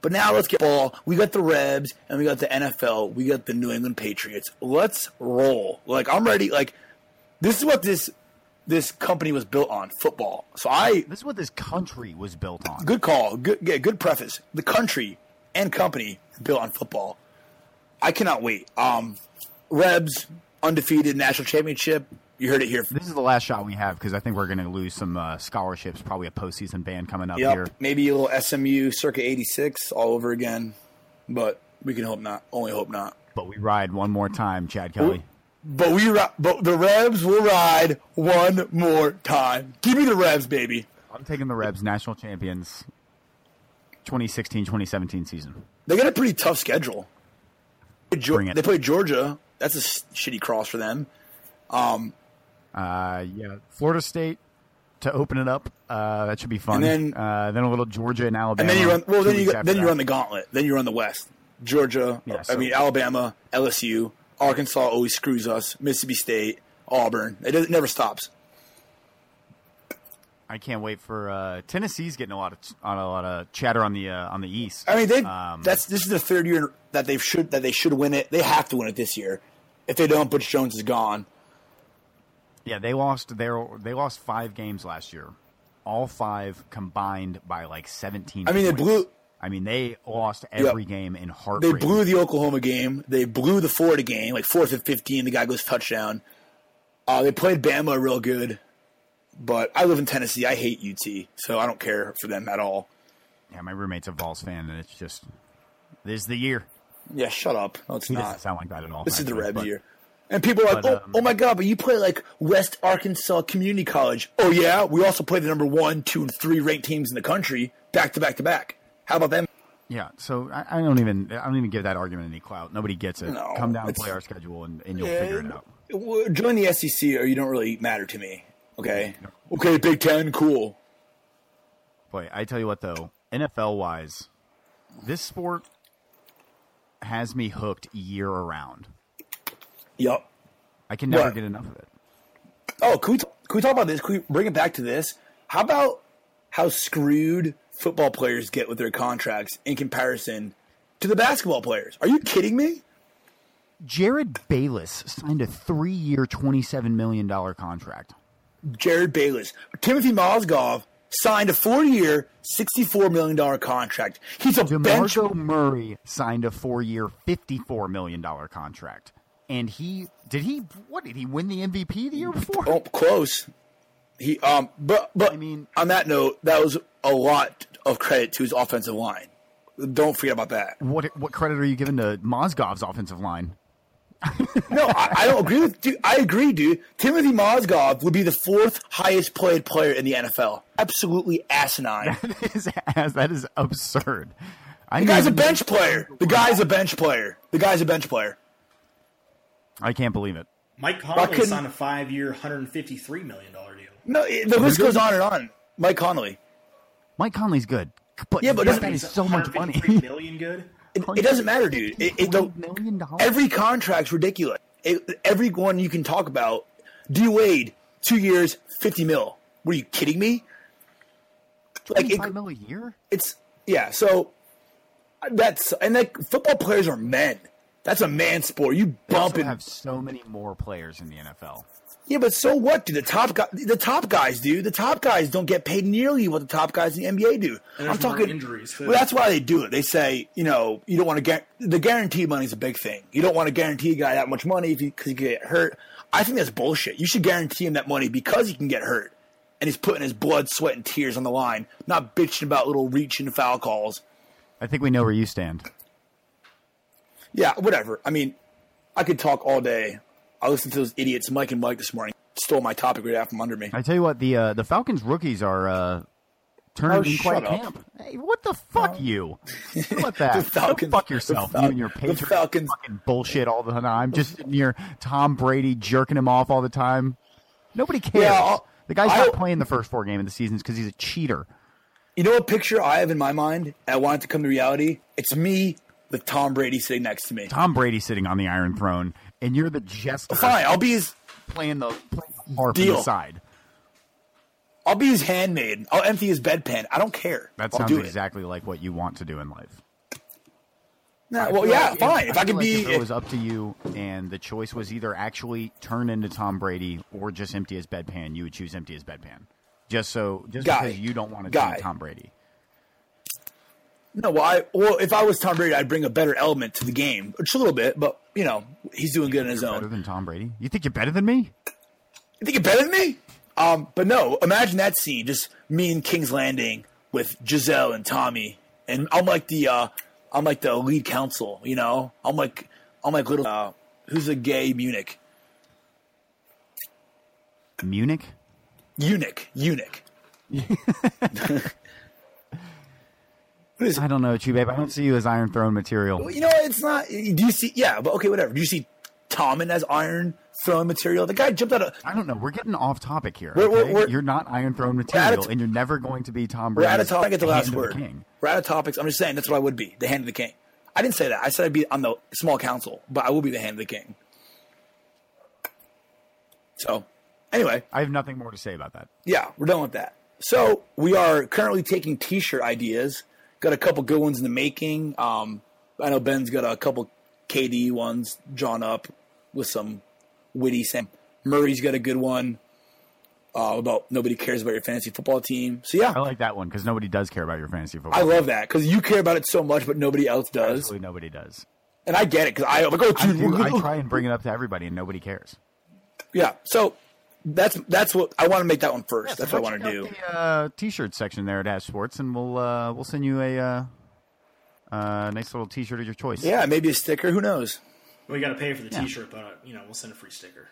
[SPEAKER 3] But now let's get ball. We got the Rebs and we got the NFL. We got the New England Patriots. Let's roll. Like I'm ready. Like this is what this this company was built on football. So I
[SPEAKER 4] This is what this country was built on.
[SPEAKER 3] good call. Good, yeah, good preface. The country and company built on football. I cannot wait. Um, Rebs undefeated national championship. You heard it here.
[SPEAKER 4] This is the last shot we have because I think we're going to lose some uh, scholarships, probably a postseason ban coming up here.
[SPEAKER 3] Yep. Maybe a little SMU circa '86 all over again, but we can hope not. Only hope not.
[SPEAKER 4] But we ride one more time, Chad Kelly.
[SPEAKER 3] But we, ri- but the Rebs will ride one more time. Give me the Rebs, baby.
[SPEAKER 4] I'm taking the Rebs, national champions, 2016-2017 season.
[SPEAKER 3] They got a pretty tough schedule. They play Geor-
[SPEAKER 4] Bring it.
[SPEAKER 3] They play Georgia. That's a s- shitty cross for them.
[SPEAKER 4] Uh, yeah, Florida State to open it up. Uh, that should be
[SPEAKER 3] And
[SPEAKER 4] fun.
[SPEAKER 3] then-
[SPEAKER 4] uh, then a little Georgia and
[SPEAKER 3] And
[SPEAKER 4] Alabama.
[SPEAKER 3] then you run. Well,
[SPEAKER 4] two
[SPEAKER 3] then you
[SPEAKER 4] weeks
[SPEAKER 3] go-
[SPEAKER 4] after
[SPEAKER 3] then you
[SPEAKER 4] that.
[SPEAKER 3] run the gauntlet. Then you run the West: Georgia.
[SPEAKER 4] Yeah,
[SPEAKER 3] I
[SPEAKER 4] so-
[SPEAKER 3] mean Alabama, LSU, Arkansas always screws us. Mississippi State, Auburn. It, doesn't- it never stops.
[SPEAKER 4] I can't wait for uh, Tennessee's getting a lot of on a lot of chatter on the uh, on the East.
[SPEAKER 3] I mean, they.
[SPEAKER 4] Um,
[SPEAKER 3] that's this is the third year that they should that they should win it. They have to win it this year. If they don't, Butch Jones is gone.
[SPEAKER 4] yeah, they lost their they lost five games last year, all five combined by like seventeen.
[SPEAKER 3] I mean, they
[SPEAKER 4] points.
[SPEAKER 3] blew-
[SPEAKER 4] I mean, they lost every game in
[SPEAKER 3] They
[SPEAKER 4] heartbreak.
[SPEAKER 3] blew the Oklahoma game. They blew the Florida game, like fourth and fifteen. The guy goes touchdown. Uh, they played Bama real good, but I live in Tennessee. I hate UT, so I don't care for them at all.
[SPEAKER 4] Yeah, my roommate's a Vols fan, and it's just this is the year.
[SPEAKER 3] Yeah, shut up. No, it's
[SPEAKER 4] He
[SPEAKER 3] not.
[SPEAKER 4] doesn't sound like that at all.
[SPEAKER 3] Ah, This is the
[SPEAKER 4] actually,
[SPEAKER 3] Rebs
[SPEAKER 4] but
[SPEAKER 3] year. And people are like,
[SPEAKER 4] but,
[SPEAKER 3] oh,
[SPEAKER 4] um,
[SPEAKER 3] oh my God, but you play like West Arkansas Community College. Oh, yeah. We also play the number one, two, and three ranked teams in the country back to back to back. How about them?
[SPEAKER 4] Yeah, so I, I don't even I don't even give that argument any clout. Nobody gets it.
[SPEAKER 3] No,
[SPEAKER 4] Come down and
[SPEAKER 3] it's-
[SPEAKER 4] play our schedule, and, and you'll figure it out.
[SPEAKER 3] Well, Join the SEC or you don't really matter to me. Okay. Okay, Big Ten, cool.
[SPEAKER 4] Boy, I tell you what though, NFL wise, this sport has me hooked year around.
[SPEAKER 3] Yup.
[SPEAKER 4] I can never
[SPEAKER 3] What?
[SPEAKER 4] get enough of it.
[SPEAKER 3] Oh, can we, t- can we talk about this? Can we bring it back to this? How about how screwed football players get with their contracts in comparison to the basketball players? Are you kidding me?
[SPEAKER 4] Jared Bayless signed a three-year, twenty-seven million dollar contract.
[SPEAKER 3] Jared Bayless. Timothy Mozgov signed a four-year, sixty-four million dollar contract. He's a bench.
[SPEAKER 4] DeMarco Murray signed a four-year, fifty-four million dollar contract, and he did he what did he win the MVP the year before?
[SPEAKER 3] Oh, close. He um, but but
[SPEAKER 4] I
[SPEAKER 3] I
[SPEAKER 4] mean-
[SPEAKER 3] mean, on that note, that was a lot of credit to his offensive line. Don't forget about that.
[SPEAKER 4] What what credit are you giving to Mozgov's offensive line?
[SPEAKER 3] No, I, I don't agree with dude. I agree, dude. Timothy Mozgov would be the fourth highest played player in the NFL. Absolutely asinine.
[SPEAKER 4] That is, that is absurd. I
[SPEAKER 3] The guy's a
[SPEAKER 4] knew-
[SPEAKER 3] bench player. The guy's a bench player. The guy's a bench player.
[SPEAKER 4] I can't believe it.
[SPEAKER 5] Mike Conley
[SPEAKER 3] couldn't-
[SPEAKER 5] signed a five-year, hundred and fifty-three million dollar deal.
[SPEAKER 3] No, it, the list goes on and on. Mike Connolly.
[SPEAKER 4] Mike Conley's good, but
[SPEAKER 3] Yeah, but
[SPEAKER 4] that
[SPEAKER 3] doesn't-
[SPEAKER 4] is so much money.
[SPEAKER 5] $153 million good.
[SPEAKER 3] It, it doesn't matter, dude. It, it, the,
[SPEAKER 4] $153 million dollars.
[SPEAKER 3] every contract's ridiculous. It, every one you can talk about. D Wade, two years, fifty mil. Were you kidding me? Like it,
[SPEAKER 4] Twenty-five mil a year.
[SPEAKER 3] it's yeah. So that's and like football players are men. That's a man sport. You bump
[SPEAKER 4] We
[SPEAKER 3] and
[SPEAKER 4] have so many more players in the NFL.
[SPEAKER 3] yeah, but so what? Do the top guy, the top guys do? The top guys don't get paid nearly what the top guys in the NBA do.
[SPEAKER 5] And
[SPEAKER 3] I'm
[SPEAKER 5] there's more
[SPEAKER 3] talking
[SPEAKER 5] injuries, too.
[SPEAKER 3] Well, that's why they do it. They say you know you don't want to get the guarantee money's a big thing. You don't want to guarantee a guy that much money if because he could get hurt. I think that's bullshit. You should guarantee him that money because he can get hurt, and he's putting his blood, sweat, and tears on the line, not bitching about little reach and foul calls.
[SPEAKER 4] I think we know where you stand.
[SPEAKER 3] Yeah, whatever. I mean, I could talk all day. I listened to those idiots, Mike and Mike, this morning. Stole my topic right out from under me.
[SPEAKER 4] I tell you what, the uh, the Falcons rookies are uh, turning
[SPEAKER 3] Oh,
[SPEAKER 4] in quite
[SPEAKER 3] shut up.
[SPEAKER 4] camp. Hey, what the fuck, you? What that?
[SPEAKER 3] The Falcons-
[SPEAKER 4] Go fuck yourself,
[SPEAKER 3] the
[SPEAKER 4] you
[SPEAKER 3] Fal-
[SPEAKER 4] and your
[SPEAKER 3] the
[SPEAKER 4] Patriots
[SPEAKER 3] Falcons-
[SPEAKER 4] fucking bullshit all the time. Just in your Tom Brady jerking him off all the time. Nobody cares.
[SPEAKER 3] Yeah, I'll-
[SPEAKER 4] the guy's
[SPEAKER 3] I'll-
[SPEAKER 4] not playing the first four game of the season because he's a cheater.
[SPEAKER 3] You know what picture I have in my mind? and I want it to come to reality. It's me with Tom Brady sitting next to me.
[SPEAKER 4] Tom Brady's sitting on the Iron Throne, and you're the jester
[SPEAKER 3] Fine, I'll be his.
[SPEAKER 4] playing the playing the harp on
[SPEAKER 3] Deal.
[SPEAKER 4] the side.
[SPEAKER 3] I'll be his handmaid. I'll empty his bedpan. I don't care.
[SPEAKER 4] That
[SPEAKER 3] I'll
[SPEAKER 4] sounds
[SPEAKER 3] do
[SPEAKER 4] exactly like what you want to do in life.
[SPEAKER 3] It. Nah, well, yeah,
[SPEAKER 4] Like,
[SPEAKER 3] fine. If I
[SPEAKER 4] feel
[SPEAKER 3] could
[SPEAKER 4] like
[SPEAKER 3] be,
[SPEAKER 4] if it was up to you, and the choice was either actually turn into Tom Brady or just empty his bedpan, you would choose empty his bedpan. Just so, just
[SPEAKER 3] Guy.
[SPEAKER 4] because you don't want to
[SPEAKER 3] Guy.
[SPEAKER 4] turn Tom Brady.
[SPEAKER 3] no, well, I, well, if I was Tom Brady, I'd bring a better element to the game, just a little bit. But you know, he's doing good on his own.
[SPEAKER 4] Better than Tom Brady? You think you're better than me?
[SPEAKER 3] You think you're better than me? Um, but no, imagine that scene, just me in King's Landing with Giselle and Tommy, and I'm like the uh, I'm like the lead counsel, you know. I'm like I'm like little uh, who's a gay eunuch,
[SPEAKER 4] Munich?
[SPEAKER 3] eunuch, eunuch. what is
[SPEAKER 4] I
[SPEAKER 3] it?
[SPEAKER 4] don't know, you, babe. I don't see you as Iron Throne material.
[SPEAKER 3] You know, it's not. Do you see? Yeah, but okay, whatever. Do you see Tommen as Iron Throne material? The guy jumped out of.
[SPEAKER 4] I don't know. We're getting off topic here.
[SPEAKER 3] We're- we're-
[SPEAKER 4] okay?
[SPEAKER 3] we're-
[SPEAKER 4] you're not Iron Throne
[SPEAKER 3] out
[SPEAKER 4] material,
[SPEAKER 3] of t-
[SPEAKER 4] and you're never going to be Tom
[SPEAKER 3] We're
[SPEAKER 4] Brady.
[SPEAKER 3] out of topic. I get the last word.
[SPEAKER 4] King.
[SPEAKER 3] We're out of topics. I'm just saying that's what I would be, the hand of the king. I didn't say that. I said I'd be on the small council, but I will be the hand of the king. So, anyway,
[SPEAKER 4] I have nothing more to say about that.
[SPEAKER 3] yeah, we're done with that. So we are currently taking T-shirt ideas. Got a couple good ones in the making. Um, I know Ben's got a couple KD ones drawn up with some witty. Sam Murray's got a good one uh, about nobody cares about your fantasy football team. So yeah,
[SPEAKER 4] I like that one because nobody does care about your fantasy football.
[SPEAKER 3] I love that because you care about it so much, but nobody else does.
[SPEAKER 4] Absolutely nobody does.
[SPEAKER 3] And I get it because I, I'm like, oh,
[SPEAKER 4] I,
[SPEAKER 3] dude,
[SPEAKER 4] do,
[SPEAKER 3] we're-
[SPEAKER 4] I try and bring it up to everybody, and nobody cares.
[SPEAKER 3] yeah. So that's that's what I want to make that one first. that's what I want to do.
[SPEAKER 4] The uh, t-shirt section there at Ash Sports, and we'll uh, we'll send you a uh, uh, nice little t-shirt of your choice.
[SPEAKER 3] Yeah, maybe a sticker. Who knows?
[SPEAKER 5] We got to pay for the T-shirt, but uh, you know we'll send a free sticker.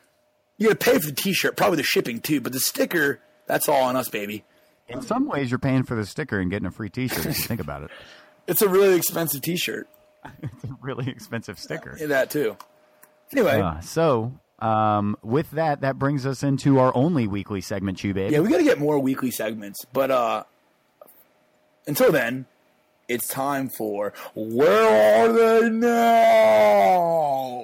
[SPEAKER 3] You got to pay for the T-shirt, probably the shipping too, but the sticker that's all on us, baby.
[SPEAKER 4] In some ways, you're paying for the sticker and getting a free t-shirt. if you think about it,
[SPEAKER 3] It's a really expensive T-shirt.
[SPEAKER 4] it's a really expensive sticker.
[SPEAKER 3] Yeah, That too. Anyway,
[SPEAKER 4] Uh, so, um, with that, that brings us into our only weekly segment, Chew Babe.
[SPEAKER 3] yeah, we got to get more weekly segments, but uh until then, it's time for where are they now?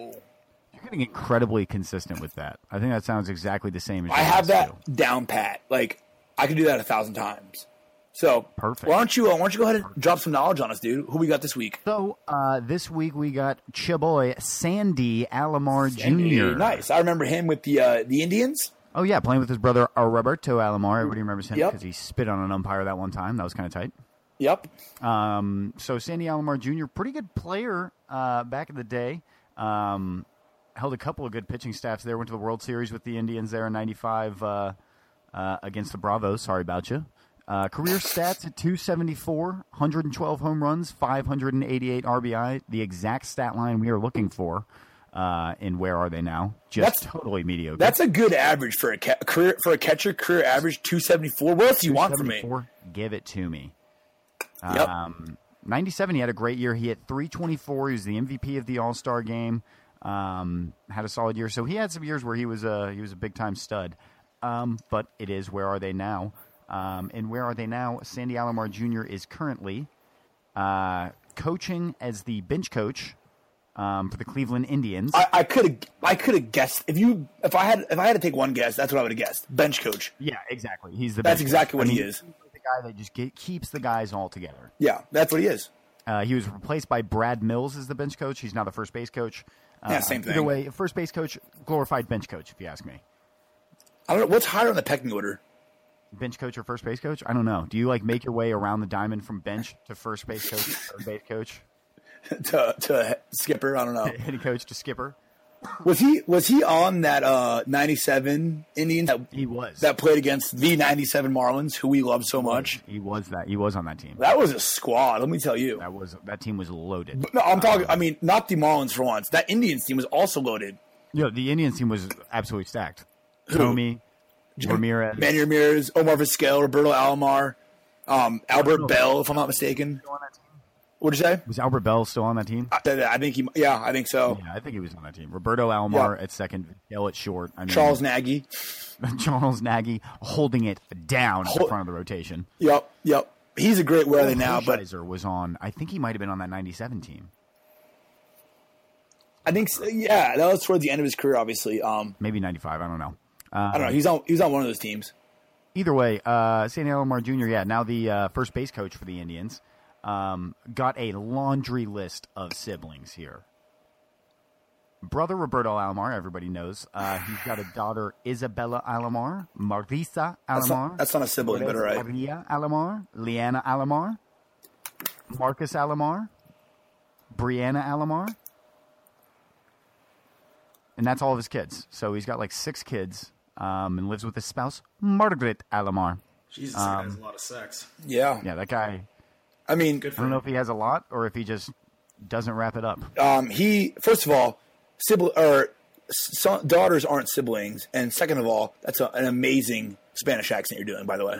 [SPEAKER 4] You're getting incredibly consistent with that. I think that sounds exactly the same. as
[SPEAKER 3] I
[SPEAKER 4] your
[SPEAKER 3] have
[SPEAKER 4] last
[SPEAKER 3] that down pat. Like I could do that a thousand times. So
[SPEAKER 4] Perfect.
[SPEAKER 3] Why don't you uh, why don't you go ahead and drop some knowledge on us, dude? Who we got this week?
[SPEAKER 4] So uh, this week we got Chaboy Sandy Alomar Jr.
[SPEAKER 3] Nice. I remember him with the uh, the Indians.
[SPEAKER 4] Oh yeah, playing with his brother uh, Roberto Alomar. Everybody remembers him
[SPEAKER 3] Mm-hmm. Yep.
[SPEAKER 4] because he spit on an umpire that one time. That was kind of tight.
[SPEAKER 3] Yep.
[SPEAKER 4] Um, so Sandy Alomar Jr., pretty good player uh, back in the day. Um, held a couple of good pitching staffs there. Went to the World Series with the Indians there in '95 uh, uh, against the Bravos. Sorry about you. Uh, career stats at 274, 112 home runs, 588 RBI, the exact stat line we are looking for. Uh, and where are they now? Just
[SPEAKER 3] That's-
[SPEAKER 4] totally mediocre.
[SPEAKER 3] That's a good average for a ca- career for a catcher. Career average two seventy four. What else do you want from me?
[SPEAKER 4] 74, Give it to me.
[SPEAKER 3] Yep.
[SPEAKER 4] Um, 97, he had a great year. He hit 324. He was the MVP of the All Star game. Um, had a solid year. So he had some years where he was a he was a big time stud. Um, but it is where are they now? Um, and where are they now? Sandy Alomar Jr. is currently uh, coaching as the bench coach um, for the Cleveland Indians.
[SPEAKER 3] I- I could have I could have guessed if you if I had if I had to take one guess, that's what I would have guessed. Bench coach.
[SPEAKER 4] yeah, exactly. He's the
[SPEAKER 3] That's
[SPEAKER 4] bench
[SPEAKER 3] exactly what
[SPEAKER 4] coach. I
[SPEAKER 3] he
[SPEAKER 4] mean,
[SPEAKER 3] is.
[SPEAKER 4] he's The guy that just get, keeps the guys all together.
[SPEAKER 3] Yeah, that's what he is.
[SPEAKER 4] Uh, he was replaced by Brad Mills as the bench coach. He's now the first base coach. Uh,
[SPEAKER 3] Yeah, same
[SPEAKER 4] Either
[SPEAKER 3] thing.
[SPEAKER 4] way, first base coach, glorified bench coach, if you ask me.
[SPEAKER 3] I don't know what's higher on the pecking order.
[SPEAKER 4] Bench coach or first base coach? I don't know. Do you like make your way around the diamond from bench to first base coach, to third base coach,
[SPEAKER 3] to to skipper. I don't know.
[SPEAKER 4] hitting coach to skipper?
[SPEAKER 3] Was he was he on that uh '97 Indians that,
[SPEAKER 4] He was.
[SPEAKER 3] that played against the '97 Marlins, who we love so much?
[SPEAKER 4] he was that. He was on that team.
[SPEAKER 3] That was a squad. Let me tell you.
[SPEAKER 4] That was that team was loaded.
[SPEAKER 3] No, I'm talking. I mean, not the Marlins for once. That Indians team was also loaded.
[SPEAKER 4] You know, the Indians team was absolutely stacked. Tommy Ramirez.
[SPEAKER 3] Manny Ramirez, Omar Vizquel, Roberto Alomar, um, Albert Bell, if I'm not mistaken. What'd you say?
[SPEAKER 4] Was Albert Bell still on that team?
[SPEAKER 3] I, said that. I think he. Yeah, I think so.
[SPEAKER 4] Yeah, I think he was on that team. Roberto Alomar
[SPEAKER 3] Yeah.
[SPEAKER 4] at second, Dell at short. I mean,
[SPEAKER 3] Charles Nagy.
[SPEAKER 4] Charles Nagy holding it down at the
[SPEAKER 3] Hol-
[SPEAKER 4] front of the rotation.
[SPEAKER 3] Yep, yep. He's a great
[SPEAKER 4] Oh,
[SPEAKER 3] where are they now, but
[SPEAKER 4] Hershiser was on. I think he might have been on that '97 team,
[SPEAKER 3] I think so- yeah, that was toward the end of his career. Obviously, um,
[SPEAKER 4] maybe '95. I don't know.
[SPEAKER 3] I don't know. He's on. He's on one of those teams.
[SPEAKER 4] Either way, uh, Sandy Alomar Jr. Yeah, now the uh, first base coach for the Indians um, got a laundry list of siblings here. Brother Roberto Alomar, everybody knows. Uh, he's got a daughter, Isabella Alomar, Marisa
[SPEAKER 3] That's
[SPEAKER 4] Alomar.
[SPEAKER 3] not, that's not a sibling, but all right.
[SPEAKER 4] Maria Alomar, Leanna Alomar, Marcus Alomar, Brianna Alomar. And that's all of his kids. So he's got like six kids um, and lives with his spouse, Margaret Alomar.
[SPEAKER 5] Jesus, that guy has a lot of sex.
[SPEAKER 3] Yeah.
[SPEAKER 4] Yeah, that guy,
[SPEAKER 3] I mean,
[SPEAKER 5] Good
[SPEAKER 4] I
[SPEAKER 5] for
[SPEAKER 4] don't know
[SPEAKER 5] him.
[SPEAKER 4] if he has a lot or if he just doesn't wrap it up.
[SPEAKER 3] um, he first of all, sibling or son, daughters aren't siblings, and second of all, that's a, an amazing Spanish accent you're doing, by the way.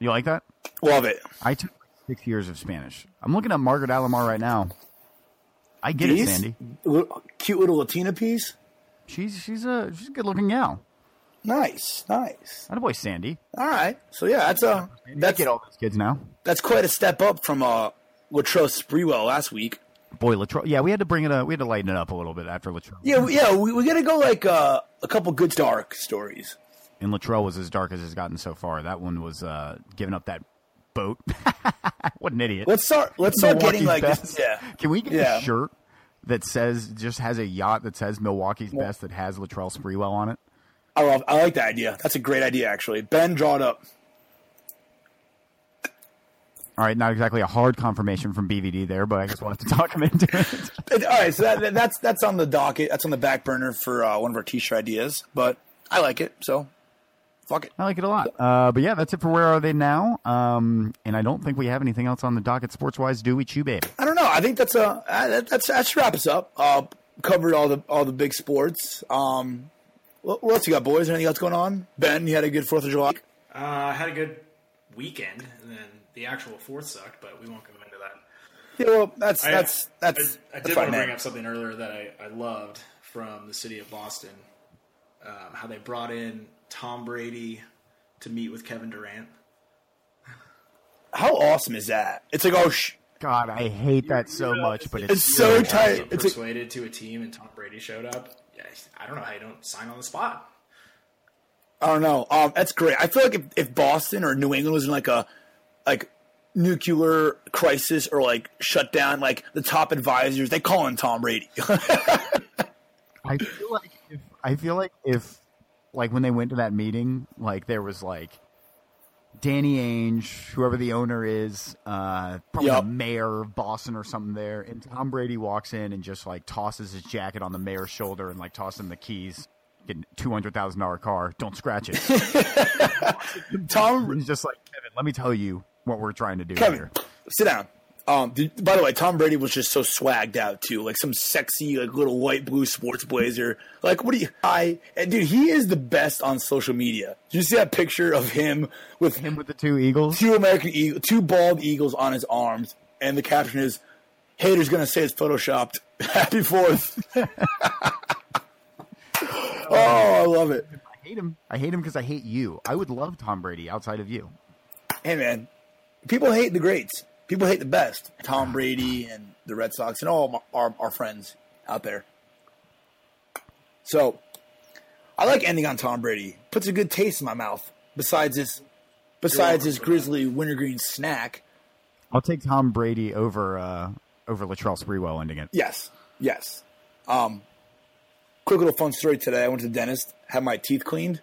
[SPEAKER 4] You like that?
[SPEAKER 3] Love it.
[SPEAKER 4] I took six years of Spanish. I'm looking at Margaret Alomar right now. I get it,
[SPEAKER 3] These
[SPEAKER 4] Sandy.
[SPEAKER 3] little- cute little Latina piece.
[SPEAKER 4] She's she's a she's a good looking gal.
[SPEAKER 3] Nice, nice.
[SPEAKER 4] That a boy, Sandy.
[SPEAKER 3] All right. So yeah, that's a
[SPEAKER 4] I
[SPEAKER 3] that's
[SPEAKER 4] get all those kids now.
[SPEAKER 3] that's quite a step up from uh, Latrell Sprewell last week.
[SPEAKER 4] Boy, Latrell. Yeah, we had to bring it. up. We had to lighten it up a little bit after Latrell.
[SPEAKER 3] Yeah, we- yeah. We, we gotta go like uh, a couple good dark stories.
[SPEAKER 4] And Latrell was as dark as it's gotten so far. That one was uh, giving up that boat. what an idiot!
[SPEAKER 3] Let's start. Let's start getting like
[SPEAKER 4] Milwaukee
[SPEAKER 3] this.
[SPEAKER 4] Best.
[SPEAKER 3] Yeah.
[SPEAKER 4] Can we get
[SPEAKER 3] Yeah.
[SPEAKER 4] a shirt that says just has a yacht that says Milwaukee's best that has Latrell Sprewell on it?
[SPEAKER 3] I love. I like that idea. That's a great idea, actually. Ben, draw it up.
[SPEAKER 4] All right, not exactly a hard confirmation from BVD there, but I guess we'll have to talk him into it.
[SPEAKER 3] It- all right, so that, that- that's that's on the docket. That's on the back burner for uh, one of our t-shirt ideas, but I like it, so fuck it.
[SPEAKER 4] I like it a lot. Uh, but yeah, that's it for where are they now? Um, and I don't think we have anything else on the docket sports wise, do we, Chew Babe?
[SPEAKER 3] I don't know. I think that's a uh, that, that's that should wrap us up. Uh, covered all the all the big sports. Um, what, what else you got, boys? Anything else going on? Ben, you had a good Fourth of July.
[SPEAKER 5] Uh, I had a good weekend, and then the actual fourth sucked, but we won't go into that.
[SPEAKER 3] Yeah, well, that's
[SPEAKER 5] I-
[SPEAKER 3] that's that's
[SPEAKER 5] I, I
[SPEAKER 3] that's
[SPEAKER 5] did want
[SPEAKER 3] fine.
[SPEAKER 5] to bring
[SPEAKER 3] Man.
[SPEAKER 5] up something earlier that I, I loved from the city of Boston. Um, how they brought in Tom Brady to meet with Kevin Durant.
[SPEAKER 3] How awesome is that? It's like oh, sh-
[SPEAKER 4] God, I hate that so much, but it's,
[SPEAKER 3] it's so
[SPEAKER 5] Guys
[SPEAKER 3] tight.
[SPEAKER 5] were
[SPEAKER 3] It's like,
[SPEAKER 5] persuaded to a team, and Tom Brady showed up. Yeah, I don't know how you don't sign on the spot.
[SPEAKER 3] I don't know. Um, that's great. I feel like if, if Boston or New England was in like a like nuclear crisis or like shutdown, like the top advisors, they call in Tom Brady.
[SPEAKER 4] I feel like if I feel like if like when they went to that meeting, like there was like Danny Ainge, whoever the owner is, uh, probably
[SPEAKER 3] Yep.
[SPEAKER 4] the mayor of Boston or something there, and Tom Brady walks in and just like tosses his jacket on the mayor's shoulder and like tosses him the keys. Getting two hundred thousand dollar car. Don't scratch it.
[SPEAKER 3] Tom
[SPEAKER 4] He's just like Kevin. Let me tell you what we're trying to do
[SPEAKER 3] Kevin,
[SPEAKER 4] here.
[SPEAKER 3] sit down. Um, did, by the way, Tom Brady was just so swagged out too, like some sexy, like little white blue sports blazer. Like, what do you? I and dude, he is the best on social media. Did you see that picture of him with
[SPEAKER 4] Him with the two eagles.
[SPEAKER 3] two American eagle, two bald eagles on his arms, and the caption is, "Haters gonna say it's photoshopped." Happy Fourth. oh, I love it.
[SPEAKER 4] I hate him. I hate him because I hate you. I would love Tom Brady outside of you.
[SPEAKER 3] Hey man, people hate the greats. People hate the best. Tom Brady and the Red Sox and all my, our our friends out there. So, I like ending on Tom Brady. Puts a good taste in my mouth. Besides his, besides his grizzly wintergreen snack.
[SPEAKER 4] I'll take Tom Brady over uh, over Latrell Sprewell ending it.
[SPEAKER 3] Yes, yes. Um, quick little fun story today. I went to the dentist, had my teeth cleaned.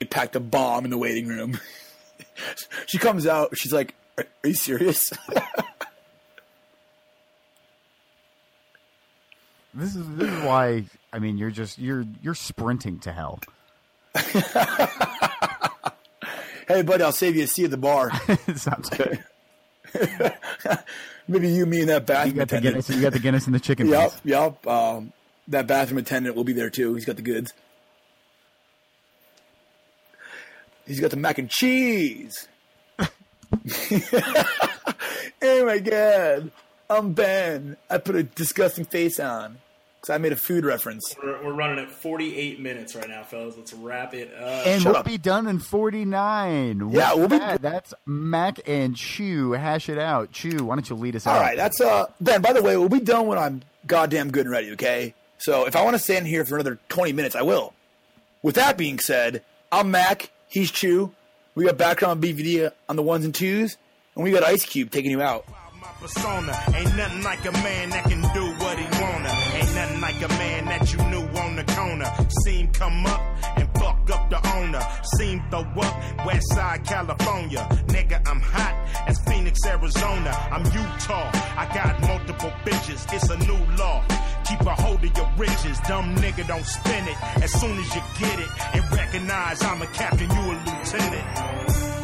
[SPEAKER 3] They packed a bomb in the waiting room. she comes out. She's like, "Are, are you serious?"
[SPEAKER 4] This is this is why I mean you're just you're you're sprinting to hell.
[SPEAKER 3] Hey, buddy, I'll save you a seat at the bar.
[SPEAKER 4] It sounds good.
[SPEAKER 3] Maybe you, me, and that
[SPEAKER 4] You
[SPEAKER 3] bathroom
[SPEAKER 4] got the
[SPEAKER 3] attendant.
[SPEAKER 4] Guinness, you got the Guinness and the chicken.
[SPEAKER 3] Yep,
[SPEAKER 4] wings.
[SPEAKER 3] yep. Um, that bathroom attendant will be there too. He's got the goods. He's got the mac and cheese. oh my god, I'm Ben. I put a disgusting face on because I made a food reference.
[SPEAKER 5] We're, we're running at 48 minutes right now, fellas. Let's wrap it up.
[SPEAKER 4] And
[SPEAKER 3] Shut
[SPEAKER 4] we'll
[SPEAKER 3] up.
[SPEAKER 4] be done in 49. With
[SPEAKER 3] Yeah, we'll be-
[SPEAKER 4] that, That's Mac and Chew. Hash it out. Chew, why don't you lead us
[SPEAKER 3] All
[SPEAKER 4] out?
[SPEAKER 3] right, that's uh. Ben, by the way, we'll be done when I'm goddamn good and ready. Okay. So if I want to stand here for another 20 minutes, I will. With that being said, I'm Mac. He's Chew. We got background BVD on the ones and twos, and we got Ice Cube taking you out.
[SPEAKER 2] My persona ain't nothing like a man that can do what he wanna. Ain't nothing like a man that you knew on the corner. Seen come up and fuck up the owner. Seen throw up West Side California. Nigga, I'm hot as Phoenix, Arizona. I'm Utah. I got multiple bitches. It's a new law. Keep a hold of your riches. Dumb nigga, don't spin it. As soon as you get it and recognize I'm a captain, you a lieutenant.